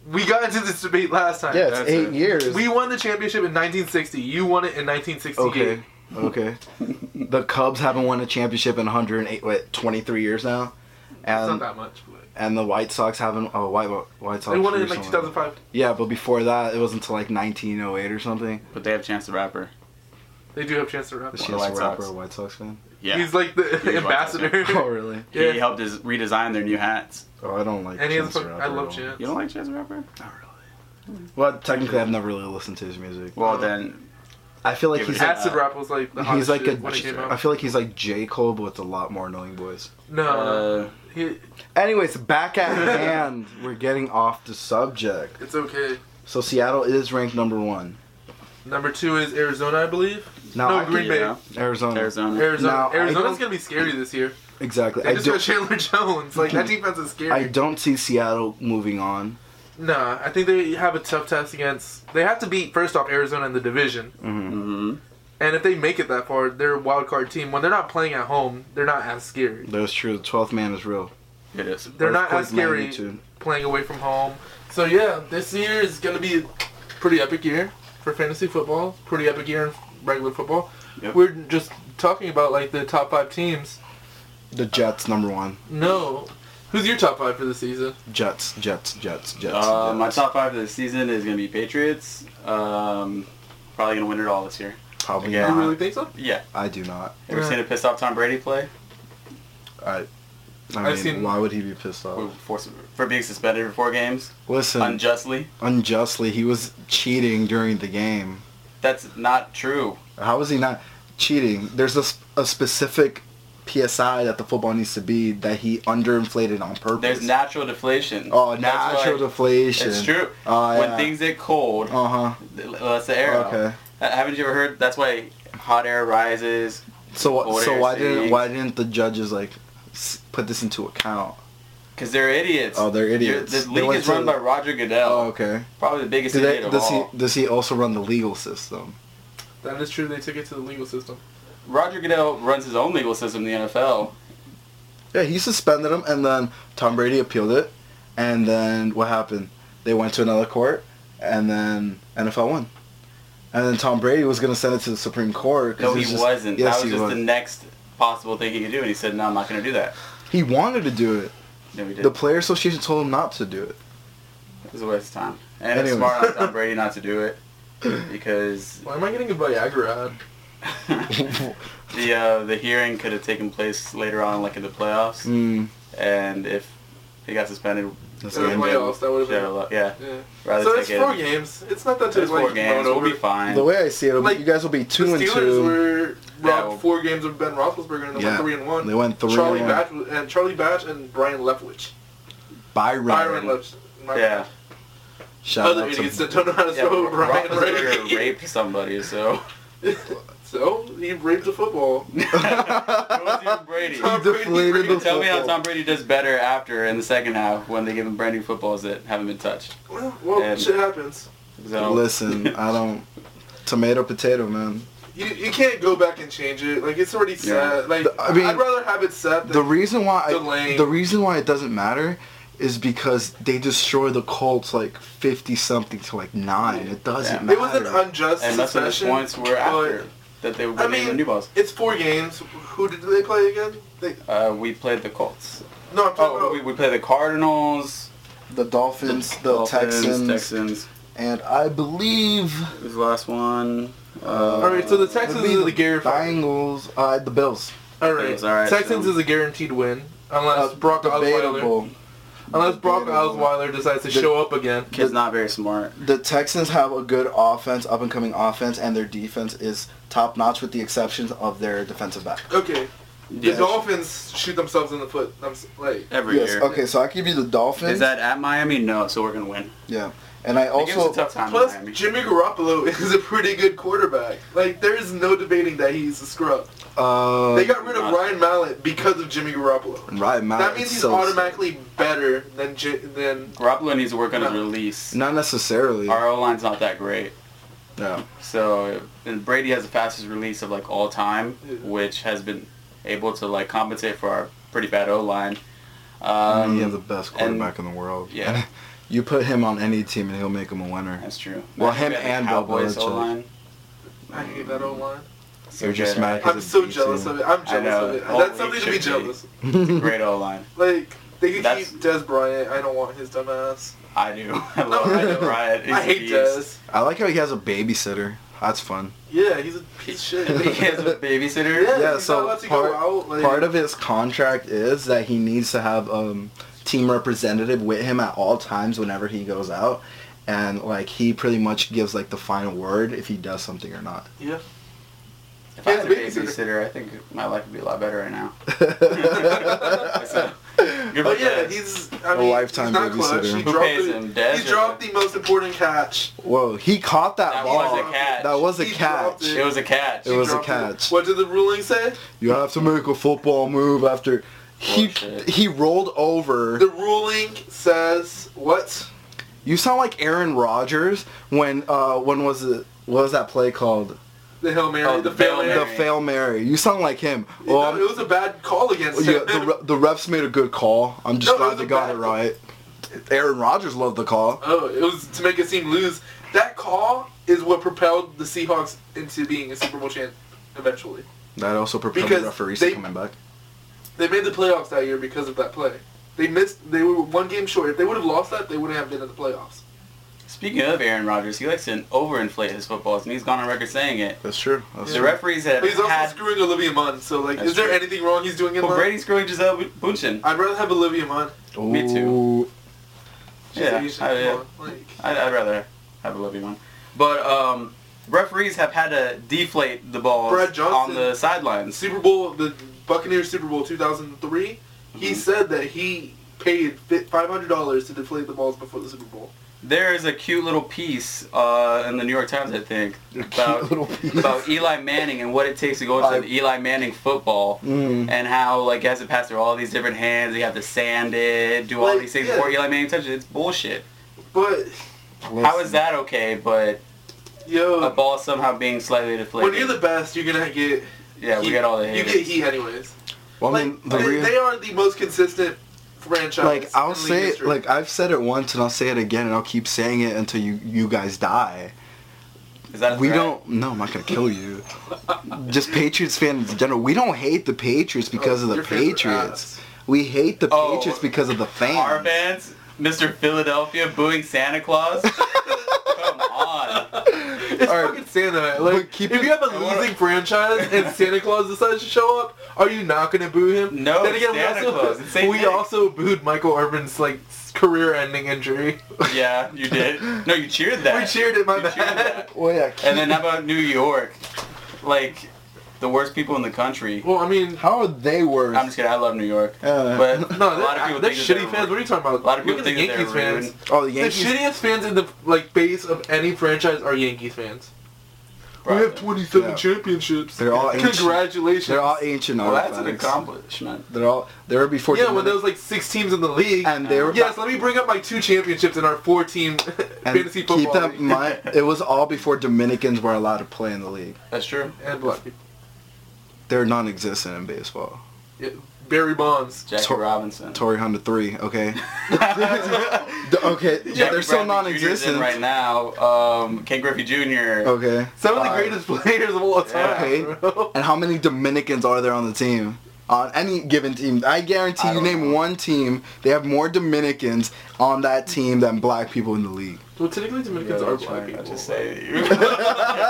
We got into this debate last time. Yeah, it's That's eight it. years. We won the championship in 1960. You won it in 1968. okay, [laughs] okay. the Cubs haven't won a championship in 108, wait, 23 years now, It's not and that much. But and the White Sox haven't. Oh, White White Sox. they won it in like recently. 2005. Yeah, but before that, it was until like 1908 or something. But they have Chance the Rapper. They do have a chance to wrap. Is it. she The a White rapper, Sox. a White Sox [laughs] fan? Yeah. He's like the [laughs] right, ambassador. Oh, really? yeah. He helped us redesign their new hats. Oh, I don't like. And he has a Chance the fuck- I Rapper at love all. Chance. You don't like Chance the Rapper? Well, technically, I've never really listened to his music. Well, then I feel like Give he's it like, Acid rap was like the he's hottest like shit when it came a. I out. feel like he's like J Cole, but with a lot more annoying voice. No, uh, he, Anyways, back [laughs] at hand, we're getting off the subject. it's okay. So Seattle is ranked number one. Number two is Arizona, I believe. Now No, I- Green Bay. uh, yeah, Arizona. Arizona. Arizona. Now, I Arizona's don't- gonna be scary this year. Exactly. They I just do. got Chandler Jones. Like that defense is scary. I don't see Seattle moving on. Nah, I think they have a tough test against. They have to beat first off Arizona in the division, hmm and if they make it that far, they're a wild card team. When they're not playing at home, they're not as scary. That's true. The twelfth man is real. It is. They're not Earthquake as scary magnitude. playing away from home. So yeah, this year is gonna be a pretty epic year for fantasy football. Pretty epic year in regular football. Yep. We're just talking about like the top five teams. The Jets number one. No, who's your top five for the season? Jets. Jets. Jets. Jets. Uh, my Jets. top five for the season is gonna be Patriots. Um, probably gonna win it all this year. Probably Yeah. You not. really think so? Yeah. I do not. Ever Yeah. seen a pissed off Tom Brady play? I. I mean, I've seen- why would he be pissed For, off? for, for being suspended for four games Listen, unjustly? unjustly, he was cheating during the game. That's not true. How is he not cheating? There's a, sp- a specific PSI that the football needs to be that he underinflated on purpose. There's natural deflation. Oh, That's natural why- deflation. It's true. Oh, When yeah. things get cold, Uh huh. th- that's the air. out. Okay. Uh, Haven't you ever heard? That's why hot air rises. So wh- Cold so air why didn't sinks. why didn't the judges like s- put this into account? Cause they're idiots. Oh, they're You're- idiots. This They league went is run to- by Roger Goodell, Oh, okay. probably the biggest Do they, idiot of does he all. does he also run the legal system? That is true. They took it to the legal system. Roger Goodell runs his own legal system in the NFL. Yeah, he suspended him, and then Tom Brady appealed it, and then what happened? They went to another court, and then NFL won, and then Tom Brady was gonna send it to the Supreme Court. 'cause No, it he just- wasn't. Yes, that was he just was. the next possible thing he could do, and he said, "No, I'm not going to do that." he wanted to do it. No, he did. The not player association told him not to do [laughs] it. it was a waste of time, and it's Anyway. smart [laughs] on Tom Brady not to do it because [laughs] Why am I getting a Viagra ad? the uh, the hearing could have taken place later on, like in the playoffs, Mm, and if he got suspended, that's In the the end. Yeah. playoffs, that would have should have been. lo- yeah, Yeah. rather so take it's it. four games. It's not that It's it's four like blown games. We'll over. be fine. The way I see it, it'll be- Like, you guys will be the two and Steelers two. were robbed Yeah. four games of Ben Roethlisberger and they Yeah. went three and one. They went three Charlie and one. Batch was- and Charlie Batch and Brian Leftwich. Byron. Byron Leftwich. My- yeah, Shout Other out to- idiots that don't know how to yeah. spell Brian Roethlisberger Leftwich. raped [laughs] somebody, so [laughs] so he raped the football. It was even [laughs] Brady. He deflated the Tell me how football. Tom Brady does better after in the second half when they give him brand new footballs that haven't been touched. Well, well And- shit happens. So [laughs] Listen, uh, I don't. Tomato, potato, man. You, you can't go back and change it. Like it's already Yeah. set. Like The- I mean- I'd rather have it set The than reason why I, Delaying. the reason why it doesn't matter is because they destroy the Colts like fifty something to like nine. It doesn't Yeah. matter. it was an unjust and that's what his suspension. points were but after. that they would I be naming the mean, new balls. it's four games. Who did they play again? They, Uh, we played the Colts. no, I'm talking Oh, about. we, we played the Cardinals, The Dolphins, the Dolphins, Texans, Texans. and I believe It was the last one. Uh, all right, so the would Texans be is a the guaranteed. Bengals, uh, the Bills. All right, Bills, all right, Texans so- is a guaranteed win unless Uh, Brock Osweiler debatable. unless Brock Debatable. Osweiler decides to The- show up again. kid's not very smart. The Texans have a good offense, up and coming offense, and their defense is top notch with the exceptions of their defensive back. Okay, the Yeah. Dolphins shoot themselves in the foot. I'm s- like, Every Yes. year. Okay, so I give you the Dolphins. Is that at Miami? No, so we're gonna win. yeah? And I They give us also a tough time. in plus Miami. Jimmy Garoppolo [laughs] is a pretty good quarterback. Like, there is no debating that he's a scrub. uh, They got rid of not- Ryan Mallett because of Jimmy Garoppolo. right. Mount, That means he's so- automatically better than J- than. Garoppolo needs to work on his No. release. Not necessarily. Our O line's not that great. No. So and Brady has the fastest release of like all time, Yeah. which has been able to like compensate for our pretty bad O line. Um, you have the best quarterback in the world. yeah. [laughs] you put him on any team and he'll make him a winner. That's true. Well, Imagine him we had the and Bill Cowboys Belichick. O line. I hate that O line. You're just mad [laughs] I'm so jealous of it. I'm I jealous know. of it. All That's we something to be should be. [laughs] jealous. Great O line. Like they could That's- keep Des Bryant. I don't want his dumb ass. I do. [laughs] I love I [laughs] Bill know. Bryant. He's I a hate beast. Des. I like how he has a babysitter. That's fun. Yeah, he's a piece of [laughs] [laughs] He shit. has a babysitter. [laughs] Yeah, Yeah, he's so not allowed to part- go out. Like, Part of his contract is that he needs to have um team representative with him at all times whenever he goes out. And like he pretty much gives like the final word if he does something or [laughs] not. [laughs] yeah. If I had a He has a babysitter. babysitter, I think my life would be a lot better [laughs] right now. [laughs] So, yeah, you're But both yeah, Des. he's I A mean, lifetime he's not babysitter. clutch. He Who dropped pays the, him? Des He or- dropped the most important catch. Whoa, he caught that, that ball. was a catch. That was a He dropped catch. it was a catch. It was a dropped catch. What did the ruling say? You have to make a football move after Oh, he Bullshit. he rolled over. The ruling says what? You sound like Aaron Rodgers when uh when was it what was that play called? The Hail Mary, Oh, the, the Hail Hail Mary. The Mary. fail Mary. You sound like him. You Oh, know, I'm- Oh, it was a bad call against yeah, him. the, re- the refs made a good call. I'm just No, it glad was they a got bad it right. Aaron Rodgers loved the call. oh, it was to make a team lose. That call is what propelled the Seahawks into being a Super Bowl champ eventually. That also propelled Because the referees they- to coming back. They made the playoffs that year because of that play. They missed. They were one game short. If they would have lost that, they wouldn't have been in the playoffs. Speaking of Aaron Rodgers, he likes to overinflate his footballs, and he's gone on record saying it. That's true. That's The referees have But he's also had. screwing Olivia Munn. So like, That's is there true. anything wrong he's doing in Well, life? Brady's screwing Giselle Bundchen. I'd rather have Olivia Munn. true. me too. Ooh. She's Yeah, Asian, I- come yeah. on, Like, I'd, I'd rather have a Olivia one. But um, referees have had to deflate the balls Brad Johnson- on the sidelines. Super Bowl, the Buccaneers Super Bowl 2003, he Mhm. said that he paid fi- $500 to deflate the balls before the Super Bowl. There is a cute little piece uh, in the New York Times, I think, [laughs] about, little piece. about Eli Manning and what it takes to go into I- the Eli Manning football. Mm. And how like it has to pass through all these different hands, you have to sand it, do all Like, these things yeah. before Eli Manning touches it. It's bullshit. But, How is that okay? But a yo, ball somehow being slightly when deflated. you're the best, you're going to get... yeah, we heat. got all the You haters. get heat anyways. Well, I Like, mean, the they, real- they are the most consistent franchise. like I'll in league say it, history. like I've said it once and I'll say it again and I'll keep saying it until you you guys die. Is that a We threat? don't. No, I'm not gonna kill you. Just Patriots fans in general. We don't hate the Patriots because Oh, of the your favorite Patriots. ass. We hate the Oh, Patriots because of the fans. Our fans, Mr. Philadelphia booing [laughs] Santa Claus. Come on. It's Alright. fucking Santa. But Like, keep if it- you have a I losing wanna- franchise and Santa Claus decides to show up, are you not gonna boo him? No, we Santa also- Claus, it's Saint we Nick. also booed Michael Irvin's like career-ending [laughs] injury. Yeah, you did. No, you cheered that. we cheered it. My You cheered bad. that. Well, yeah. And then how about New York? Like, the worst people in the country. Well, I mean, how are they worse? I'm just kidding. I love New York. Uh, But a no, lot of they're people think that shitty they're fans. What are you talking about? A lot of people Look at think the that they're Yankees fans. rude. oh, the The Yankees. shittiest fans in the like base of any franchise are Yankees fans. Probably. We have 27 Yeah. championships. They're all ancient. congratulations. They're all ancient Well, that's an artifacts. accomplishment. They're all. They were before. yeah, when there Dominic- was like six teams in the league. And they were. Yes, let me bring up my two championships in our [laughs] four-team and fantasy football. keep that league. in mind. It was all before Dominicans were allowed to play in the league. That's true. and black people. They're non-existent in baseball. Yeah. Barry Bonds. Jackie Tor- [laughs] Robinson. [laughs] Tory Hunter three. Okay. D- okay. Yeah, they're so non-existent. Oh, right now. Um, Ken Griffey Jr. Okay. Some of the Fire. greatest [laughs] players of all time. Okay. Bro. And how many Dominicans are there on the team? On any given team, I guarantee I you don't name know. one team, they have more Dominicans on that team than black people in the league. Well, typically Dominicans Really are black trying people. not to say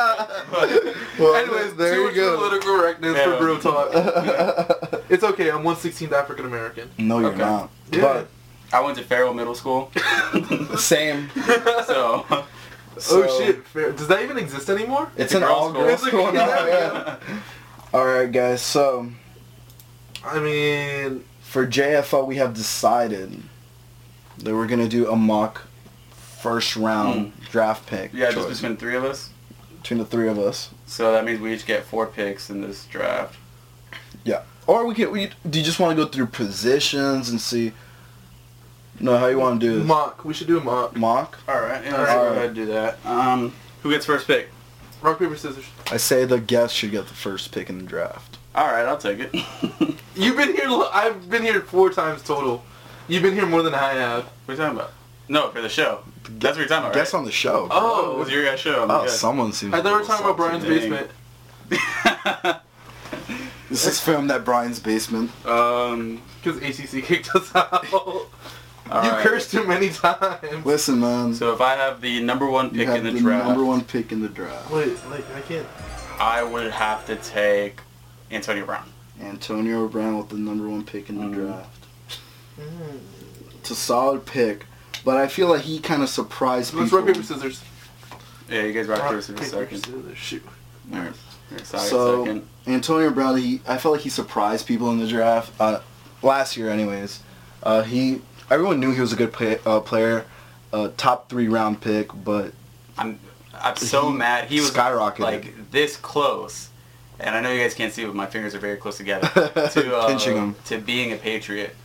Well, Anyways, too much political correctness Yeah. for real [laughs] talk. it's okay. I'm 116th African American. No, you're Okay. not. Yeah. [laughs] I went to Farrell Middle School, But same. so oh So- shit! Fair. Does that even exist anymore? It's, It's a an girls' all girls school. school. now, yeah. Yeah. All right, guys. So I mean, for JFL, we have decided that we're gonna do a mock first round draft pick. [laughs] Hmm. yeah, choice just between three of us. between the three of us. So that means we each get four picks in this draft. Or we could. We, do you just want to go through positions and see? No, how you want to do this? mock. We should do a mock. mock? All right, yeah, All right. I'd do that. Um, who gets first pick? Rock paper scissors. I say the guest should get the first pick in the draft. All right, I'll take it. You've been here. lo- I've been here four times total. You've been here more than I have. What are you talking about? No, for the show. That's what you're talking about, Guest right? on the show. bro. Oh, it was your guys' show. Oh, yeah. someone seems. I thought we a were little talking about Brian's salty. Dang. basement. This is filmed at Brian's basement. um, Because ACC kicked us out. you all right. cursed too many times. Listen, man. So if I have the number one you pick have in the, the, draft, number one pick in the draft. Wait, like I can't. I would have to take Antonio Brown. Antonio Brown with the number one pick in the Mm. Mhm. draft. It's a solid pick, but I feel like he kind of surprised Let's people. rock paper scissors. Yeah, you guys rock Rock, paper scissors paper, second. scissors. Shoot. All right. Sorry, So- second. Antonio Brown, he I felt like he surprised people in the draft uh, last year, anyways. Uh, he everyone knew he was a good play, uh, player, uh, top three round pick, but I'm I'm so He mad. He was skyrocketed. like this close, and I know you guys can't see, but my fingers are very [laughs] close together to uh, Pinching 'em. to being a Patriot.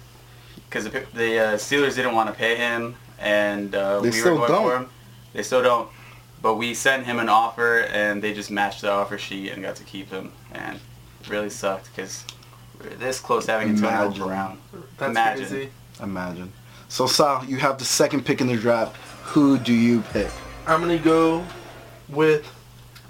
Because the, Pa- the uh, Steelers didn't want to pay him, and uh, They we still were going for don't. him. They still don't. But we sent him an offer, and they just matched the offer sheet and got to keep him, and it really sucked because we were this close to having Antonio Imagine. Brown. That's Imagine. crazy. imagine. So Sal, you have the second pick in the draft. Who do you pick? I'm gonna go with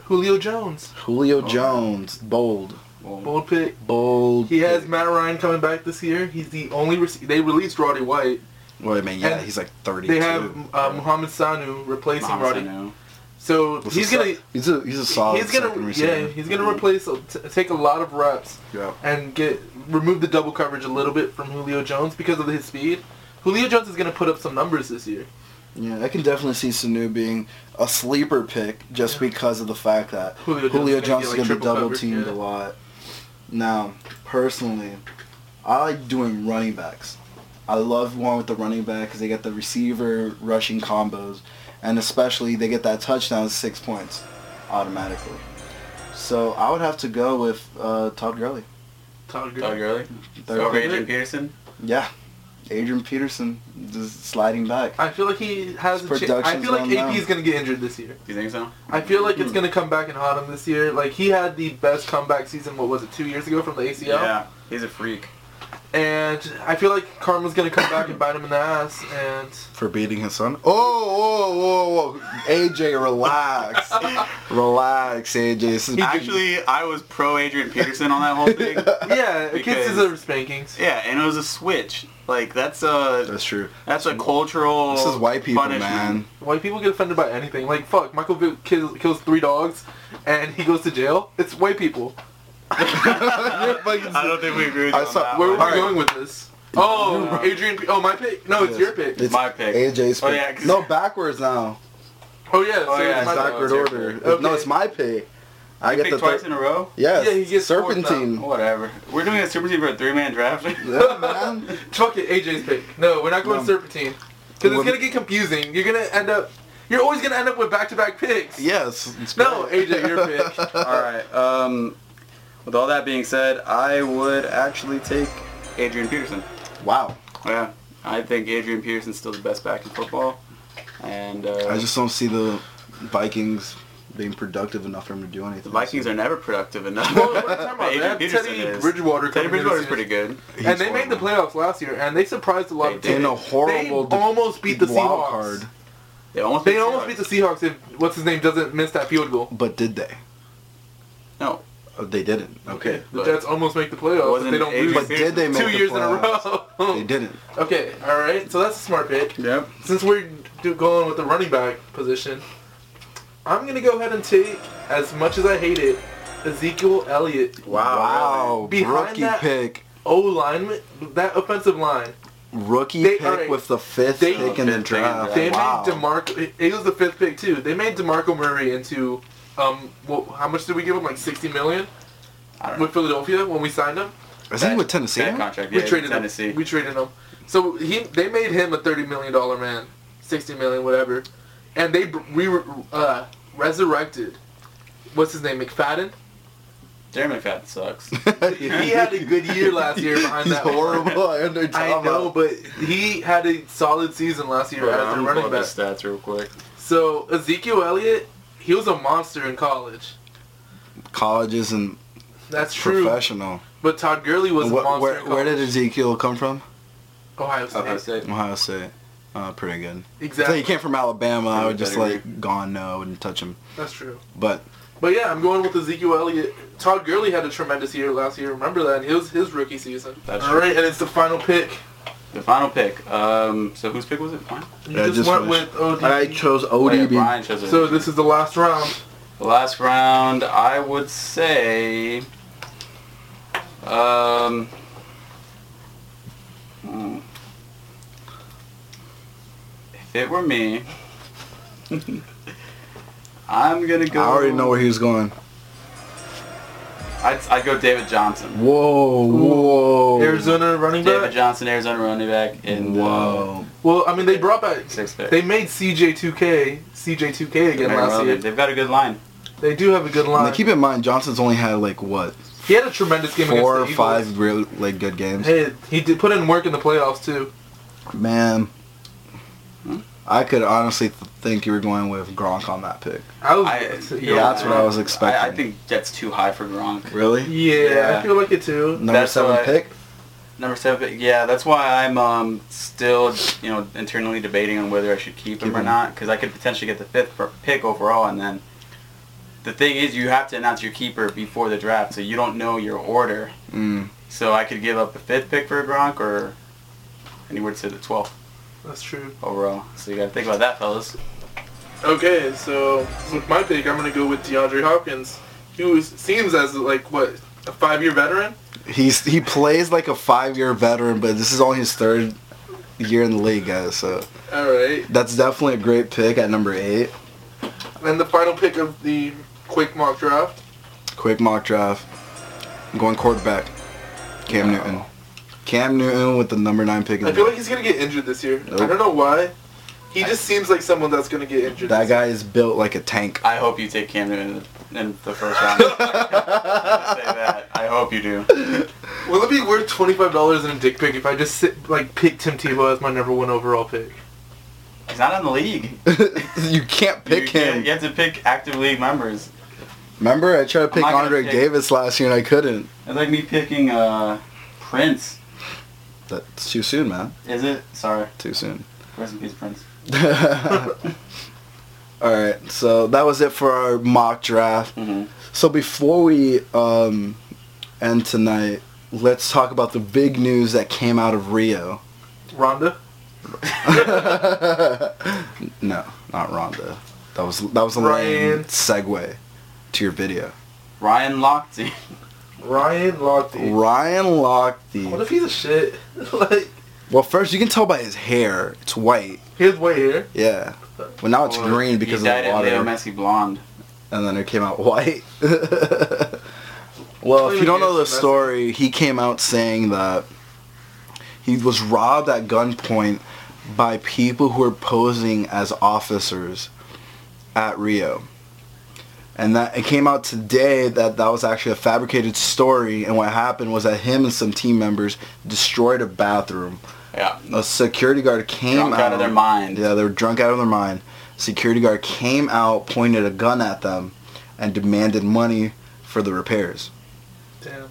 Julio Jones. Julio Jones, bold, Well, Bold pick. bold. He has pick. Matt Ryan coming back this year. He's the only. Rec- they released Roddy White. Well, I mean, yeah, and he's like thirty-two. They have uh, Muhammad Sanu replacing Muhammad Roddy. Sanu. So What's he's the gonna. sec- He's a he's a solid. he's gonna. second receiver. Yeah, he's gonna replace. T- take a lot of reps Yeah. and get remove the double coverage a little bit from Julio Jones because of his speed. Julio Jones is gonna put up some numbers this year. Yeah, I can definitely see Sanu being a sleeper pick just because of the fact that Julio Julio, Jones is Jones is gonna get, going like, to be triple double covered, teamed yeah. a lot. Now, personally, I like doing running backs. I love one with the running back because they get the receiver rushing combos, and especially they get that touchdown six points automatically. So I would have to go with uh, Todd Gurley. Todd Todd Gurley. Gurley. Third Over pick. Oh, Adrian Peterson. Yeah, Adrian Peterson just sliding back. I feel like he has. His A cha- I production's Hmm. feel like going AP is down. gonna get injured this year. Do you think so? I feel like it's gonna come back and haunt him this year. Like he had the best comeback season. What was it? Two years ago from the ACL. Yeah, he's a freak. And I feel like karma's gonna come back and bite him in the ass. And for beating his son. Oh, whoa, whoa, whoa, whoa. AJ, relax. [laughs] relax, AJ. This is Actually, I was pro Adrian Peterson on that [laughs] whole thing. yeah, kids Because- deserve spankings. yeah, and it was a switch. Like that's a that's true. that's a cultural. This is white people, punishment. [laughs] man. [laughs] White people get offended by anything. Like fuck, Michael Vick kills, kills three dogs, and he goes to jail. It's white people. I don't think we agree with you I on saw- that. Where are we one. going with this? Oh, Adrian. P- oh, my pick. No, it's your pick. It's My pick. AJ's pick. Oh, yeah, 'cause- no, backwards now. oh yeah. Oh, so yeah, it's my it's pick. backwards. Backward it's your order. pick. No, Okay. it's my pick. I You get the picked twice third- in a row. Yes. Yeah, he gets fourth now. Oh. serpentine. Whatever. We're doing a super team for a three-man draft. Yeah, man. Fuck it, AJ's pick. No, we're not going No. serpentine. Because it's Wouldn't- gonna get confusing. You're gonna end up. You're always gonna end up with back-to-back picks. Yes. it's- No, [laughs] AJ, your pick. [laughs] all right. Um, with all that being said, I would actually take Adrian Peterson. Wow. Yeah, I think Adrian Peterson's still the best back in football. And uh, I just don't see the Vikings being productive enough for him to do anything. The Vikings are never productive enough. Well, what are you [laughs] talking about? But They Adrian have Peterson Teddy is. Bridgewater Teddy coming in Bridgewater's this pretty good. and they made the playoffs last year, and they surprised a lot They of did. people. In a horrible They de- almost beat the wild Seahawks. card. They almost They beat almost beat the Seahawks if what's his name doesn't miss that field goal. But did they? No, Oh, they didn't. Okay. The But- Jets almost make the playoffs. If Wasn't they don't Adrian lose But did they make two the years in a playoffs? They row. didn't. okay, all right. So that's a smart pick. Yep. Since we're do- going with the running back position, I'm gonna go ahead and take as much as I hate it, Ezekiel Elliott. Wow. Behind Rookie that- pick. O lineman, that offensive line. Rookie They- pick alright. with the fifth They- pick in the Fifth pick in draft. They wow. made Demarco. It was the fifth pick too. They made Demarco Murray into. Um, well, how much did we give him? Like sixty million I don't know. with Philadelphia when we signed him. Is he Bad- with Tennessee? [laughs] Bad contract. Yeah, we traded Tennessee. him. We traded him. So he, they made him a thirty million dollar man, sixty million, whatever, and they br- we re- uh, resurrected. What's his name? [laughs] McFadden. Jeremy McFadden [laughs] sucks. He had a good year last year behind He's that. horrible. I know. [laughs] I know, but he had a solid season last year as a I'm running pulling back. his stats real quick. So Ezekiel Elliott, he was a monster in college. College isn't That's true. professional. But Todd Gurley was a Wh- monster. where, in where college. did Ezekiel come from? Ohio State? Ohio State. Uh, pretty good. So he Exactly. came from Alabama. I Pretty would just pedigree. like gone. No, I wouldn't touch him. That's true. But But yeah, I'm going with Ezekiel Elliott. Todd Gurley had a tremendous year last year. Remember that? His his rookie season. That's All true. right, and it's the final pick. The final pick. Um, so whose pick was it? Mine? You Yeah, just, just went finished. with OD. I chose Oh, yeah, ODB. Brian chose it. so this is the last round. The last round, I would say. Um, hmm. if it were me, [laughs] I'm gonna I go. already know where he was going. I'd, I'd go David Johnson. Whoa, whoa. Arizona running David back. Johnson, Arizona running back in uh, the Whoa. Well, I mean they brought back. sixth pick. They made CJ2K CJ2K again last year. They've got a good line. They do have a good line. Now keep in mind, Johnson's only had like what he had a tremendous game four or against the Eagles. five real like good games. Hey, he did put in work in the playoffs too. Man, Hmm? I could honestly th- think you were going with Gronk on that pick. I was, I, Yeah, that's what I was expecting. I, I think that's too high for Gronk. Really? Yeah, Yeah. I feel like it too. Number That's seven what I- pick. Number seven. pick, Yeah, that's why I'm um, still, you know, internally debating on whether I should keep him Keep or him. not because I could potentially get the fifth per- pick overall, and then the thing is, you have to announce your keeper before the draft, so you don't know your order. Mm. So I could give up the fifth pick for Gronk or anywhere to the twelfth That's true. overall. So you got to think about that, fellas. Okay, so with my pick, I'm gonna go with DeAndre Hopkins, who is- seems as like what a five-year veteran. He's he plays like a five year veteran, but this is only his third year in the league, guys. So All right, that's definitely a great pick at number eight. and the final pick of the quick mock draft. Quick mock draft. I'm going quarterback. Cam Wow. Newton. Cam Newton with the number nine pick. In I the feel like he's gonna get injured this year. I Nope. don't know why. He just seems like someone that's gonna get injured. that this year. guy is built like a tank. I hope you take Cam Newton in the, in the [laughs] first round. I say that. I hope you do. Will it be worth twenty-five dollars in a dick pic if I just sit, like pick Tim Tebow as my number one overall pick? He's not in the league. [laughs] you can't pick you, him. You have to pick active league members. Remember, I tried to pick not gonna Andre pick- Davis last year and I couldn't. It's like me picking uh, Prince. That's too soon, man. Is it? Sorry. Too soon. [laughs] Rest in peace, Prince. All right, so that was it for our mock draft. Mm-hmm. So before we um, end tonight, let's talk about the big news that came out of Rio. [laughs] Rhonda. No, not Rhonda. That was that was a Ryan. lame segue to your video. Ryan [laughs] Lochte. Ryan Lochte. Ryan What Lochte. if he's a shit? [laughs] like Well, first you can tell by his hair; it's white. his way here. Yeah. Well, now it's green because he of dyed the it Leo water, Messi blonde. and then it came out white. [laughs] well, if you don't know the story, he came out saying that he was robbed at gunpoint by people who were posing as officers at Rio. And that it came out today that that was actually a fabricated story, and what happened was that him and some team members destroyed a bathroom Yeah. a security guard came Drunk out of their mind. Um, Yeah, they were drunk out of their mind. security guard came out, pointed a gun at them, and demanded money for the repairs. Damn.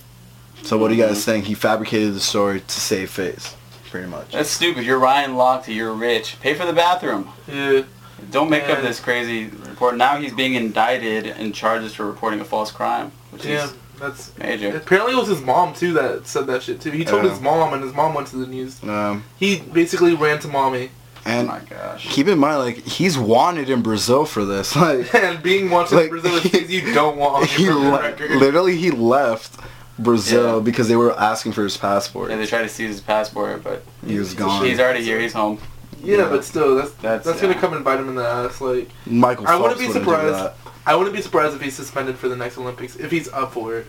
So what do you Mm-hmm. guys think? He fabricated the story to save face, pretty much. That's stupid. You're Ryan Lochte. You're rich. Pay for the bathroom. Yeah. Don't make up Yeah. this crazy report. Now he's being indicted and charges for reporting a false crime, which Damn. is That's. major. Apparently it was his mom too that said that shit too. He told Yeah. his mom and his mom went to the news. Um, He basically ran to mommy [laughs] Oh and my gosh. keep in mind, like he's wanted in Brazil for this. [laughs] Like and being wanted Like, in Brazil is things you don't want on [laughs] he your le- permanent record. literally he left Brazil Yeah. because they were asking for his passport. Yeah, they tried to seize his passport, but he was gone. he's already here. He's home. [laughs] yeah, but still, that's That's- that's, gonna yeah. come and bite him in the ass. Like, Michael I Phelps wouldn't be wouldn't do surprised. that. I wouldn't be surprised if he's suspended for the next Olympics if he's up for it.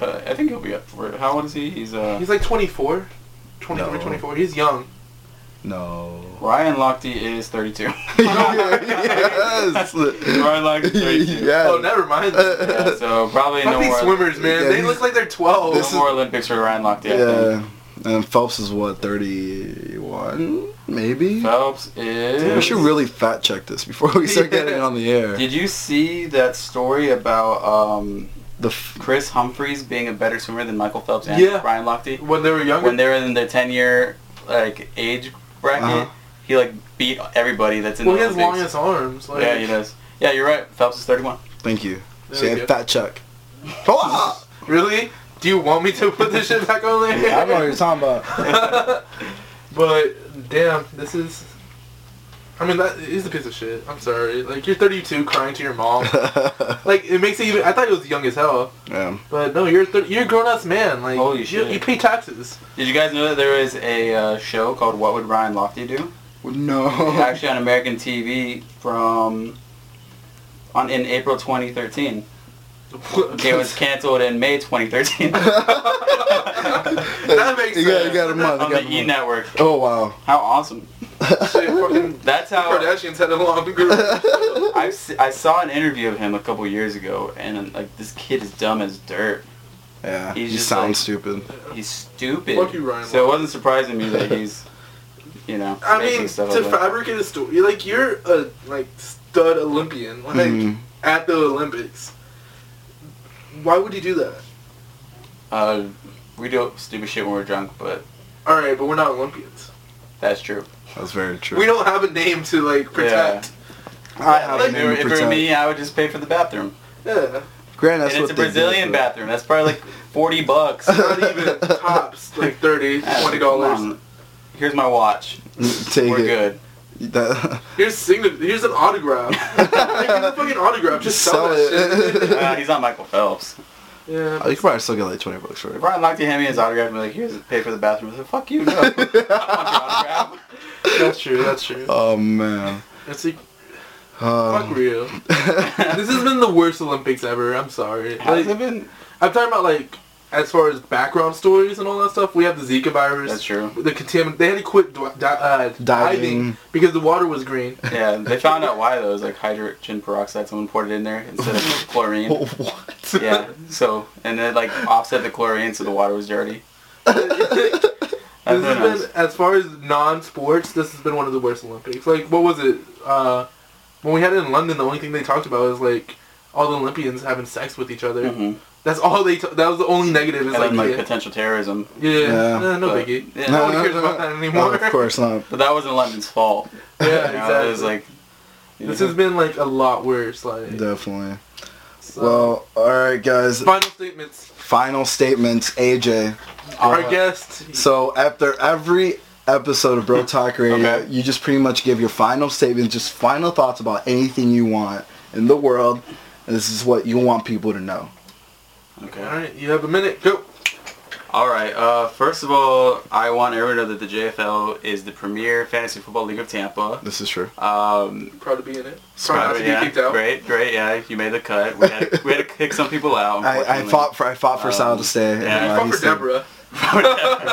Uh, I think he'll be up for it. How old is he? He's uh. He's like 24, 23, No. 24. He's young. [laughs] No. [laughs] Ryan Lochte is [laughs] 32. yes. Ryan [laughs] Lochte 32. Yes. Oh, never uh, mind. Fuck Yeah, so probably no these more. swimmers, man. Yeah, they he's- look like they're 12. No This is- more Olympics for Ryan Lochte. I think. Yeah. And Phelps is what, 31? Maybe? Phelps is. We should really fact check this before we start getting Yeah. on the air. Did you see that story about um, The f- Chris Humphries being a better swimmer than Michael Phelps and Yeah. Ryan Lochte? when they were younger. When they were in the 10 year like age bracket, Uh-huh. he like beat everybody that's in well, he the has Olympics. longest arms. Like, yeah, he does. Yeah, you're right. Phelps is 31. Thank you. There See, we I go. fact check. Really? Do you want me to put this shit back on there? I know what you're talking about. But damn, this is. I mean, that is a piece of shit. I'm sorry. Like you're 32, crying to your [laughs] mom. like it makes it even. I thought he was young as hell, yeah. but no, you're thir- you're a grown ass man. Like Holy you, shit. you pay taxes. Did you guys know that there was a uh, show called What Would Ryan Lochte Do? Uh-huh. No. Actually on American TV from on in April 2013. It [laughs] was canceled in [laughs] May 2013 [laughs] that makes You got, you sense. got a month. you on got the a E month. Network. [laughs] Oh, wow. How awesome! Shit, fucking That's how Kardashians had a [laughs] long group. I I saw an interview of him a couple years ago, and like this kid is dumb as dirt. Yeah. He's he just sounds like- stupid. He's stupid. Fuck you, Ryan So it wasn't surprising to me that he's, you know, I making mean, stuff to up. fabricate a story, like you're a like stud Olympian, like Mhm. at the Olympics. Why would you do that? uh, we do stupid shit when we're drunk, but All right, but we're not Olympians. that's true. That's very true. We don't have a name to like protect. I have Like, a If it, name to were, if it were protect. me, I would just pay for the bathroom, Yeah, Grant, that's and what it's they do a Brazilian for- bathroom. That's probably like forty [laughs] bucks. not even tops like 30 twenty Come dollars. on. Here's my watch. Take we're it. good. That- [laughs] Here's sign- Here's an autograph. like, here's a fucking autograph. Just Sell sell, that it. shit. [laughs] Uh, he's not Michael Phelps. yeah. you could probably still get like 20 bucks for If it. Ryan Lochte hand me his autograph and be like, here's pay for the bathroom, I said, fuck you, no. [laughs] I don't want your autograph. That's true. That's true. Oh, man. It's like Um, [laughs] fuck Rio. this has been the worst Olympics ever. I'm sorry. [laughs] How's Like, it been? I'm talking about like as far as background stories and all that stuff. We have the Zika virus. That's true. The contamin. They had to quit d- di- uh, diving. Diving. because the water was [laughs] green. Yeah, they found out why though. It was like hydrogen peroxide. Someone poured it in there [laughs] instead of Oh. chlorine. Oh, what? Yeah. So and it like offset the chlorine, so the water was dirty. This Everyone has knows. been, as far as non-sports, this has been one of the worst Olympics. Like, what was it? Uh, when we had it in London, the only thing they talked about was like all the Olympians having sex with each other. Mhm. That's all they. T- that was the only negative. Is And like, then like yeah, potential terrorism. yeah, Yeah, no, no but- biggie. yeah. No, one No, cares no, [laughs] about no. that No, anymore. of course not. But that wasn't London's fault. [laughs] Yeah, You know, exactly. It was like you this know. has been like a lot worse. Like, Definitely. [laughs] so- Well, alright, guys. final statements. Final statements, AJ. Our guest. So, after every episode of Bro Talk Radio, Okay. you just pretty much give your final statements, just final thoughts about anything you want in the world. And this is what you want people to know. Okay. All right, you have a minute. Go. All right. Uh, first of all, I want everyone to know that the JFL is the premier fantasy football league of Tampa. This is true. Um, Proud to be in it. Sorry not to be yeah, kicked out. Great, great. Yeah, you made the cut. We had, we had to kick some people out. I, I unfortunately. fought for I fought for Um, Sal to stay. and yeah. You now fought he's for Deborah. staying.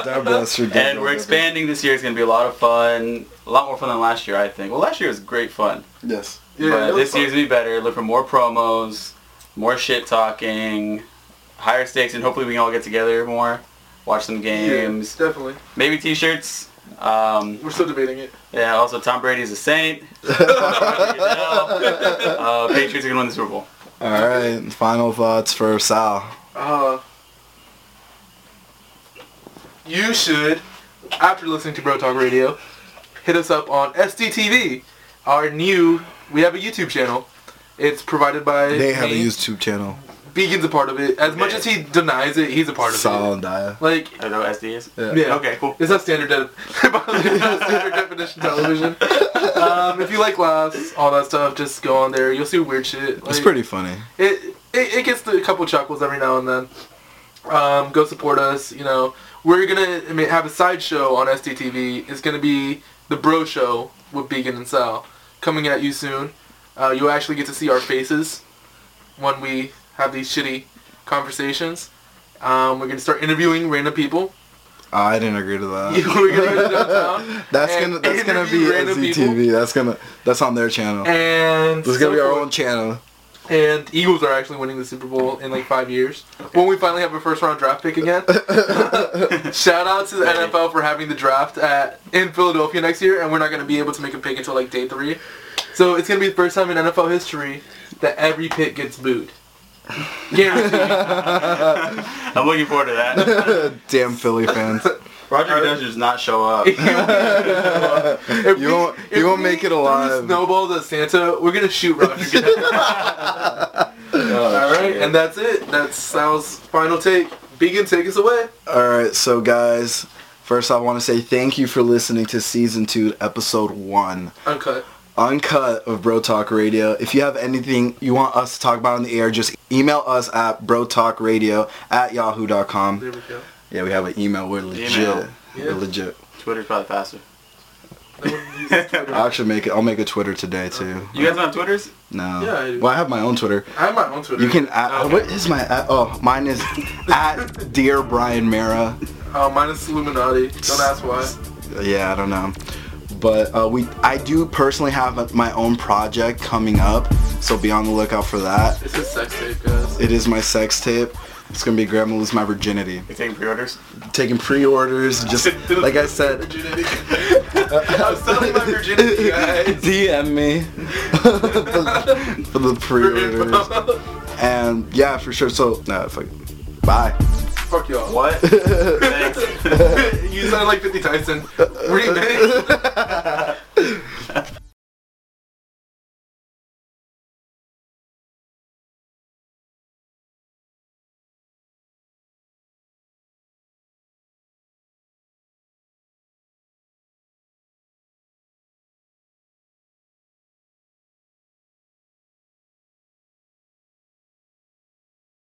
Deborah, that's [laughs] your [laughs] And Deborah. we're expanding this year. It's gonna be a lot of fun. A lot more fun than last year, I think. Well, last year was great fun. Yes. Yeah, that but was this fun. year's gonna be better. Look for more promos, more shit talking, higher stakes, and hopefully we can all get together more, watch some Yeah, games, definitely. maybe t-shirts. Um, We're still debating it. yeah, also Tom Brady's [laughs] a saint. [laughs] uh, Patriots are gonna win the Super Bowl. All right. Final thoughts for Sal. Uh, you should, after listening to Bro Talk Radio, hit us up on SDTV, our new. We have a YouTube channel. It's provided by. They have a me. YouTube channel. Beacon's a part of it. As much as he denies it, he's a part of Sal it. and Dia. Like, I know SD is. Yeah. yeah. Okay, cool. It's not standard, de- [laughs] standard definition television. Um, if you like laughs, all that stuff, just go on there. You'll see weird shit. It's Like, pretty funny. it, it, it gets the, a couple chuckles every now and then. Um, go support us. You know, we're gonna I mean, have a sideshow on SDTV. It's gonna be the Bro Show with Beacon and Sal coming at you soon. Uh, you'll actually get to see our faces when we have these shitty conversations. Um, we're gonna start interviewing random people. [laughs] Ah, I didn't agree to that. we're gonna go downtown [laughs] That's and gonna that's gonna be interview random people. SZTV. That's gonna that's on their channel. And This is gonna so be our forth. own channel. [laughs] And the Eagles are actually winning the Super Bowl in like five years. When we finally have a first round draft pick [laughs] again. Shout out to the Maybe. NFL for having the draft at in Philadelphia next year, and we're not going to be able to make a pick until like day three. So it's going to be the first time in NFL history that every pick gets booed. [laughs] Guaranteed. [laughs] I'm looking forward to that. Damn Philly fans. Roger Goodell should just not show [laughs] up. [laughs] If You won't- you if won't we make it threw the alive. Snowballs at Santa. We're gonna shoot [laughs] Roger. Goodell. All right, and that's it. That's Sal's final take. Beacon, take us away. All right, so guys, first I want to say thank you for listening to season two, episode one, Uncut. uncut of Bro Talk Radio. If you have anything you want us to talk about on the air, just email us at brotalkradio at yahoo.com. There we go. Yeah, we have an email. We're legit. Email. We're legit. Twitter's probably faster. That one uses [laughs] Twitter. I'll actually make it. I'll make a Twitter today too. You guys don't have Twitters? No. Yeah, I do. well, I have my own Twitter. I have my own Twitter. You can at, Okay. what is my at, oh mine [laughs] is at dear Brian Mara. Uh, mine is Illuminati. Don't ask why. Yeah, I don't know, but uh, we I do personally have my own project coming up, so be on the lookout for that. It's a sex tape, guys. It is my sex tape. It's gonna be Grandma lose my virginity. You're taking pre-orders? Taking [laughs] pre-orders, just like I said, [laughs] Virginity. [laughs] I'm selling my virginity, guys. DM me [laughs] for the [laughs] pre-orders. And yeah, for sure. So no, fuck. Bye. Fuck y'all. [laughs] [laughs] What? [laughs] Thanks. you sound like 50 Tyson. Remix.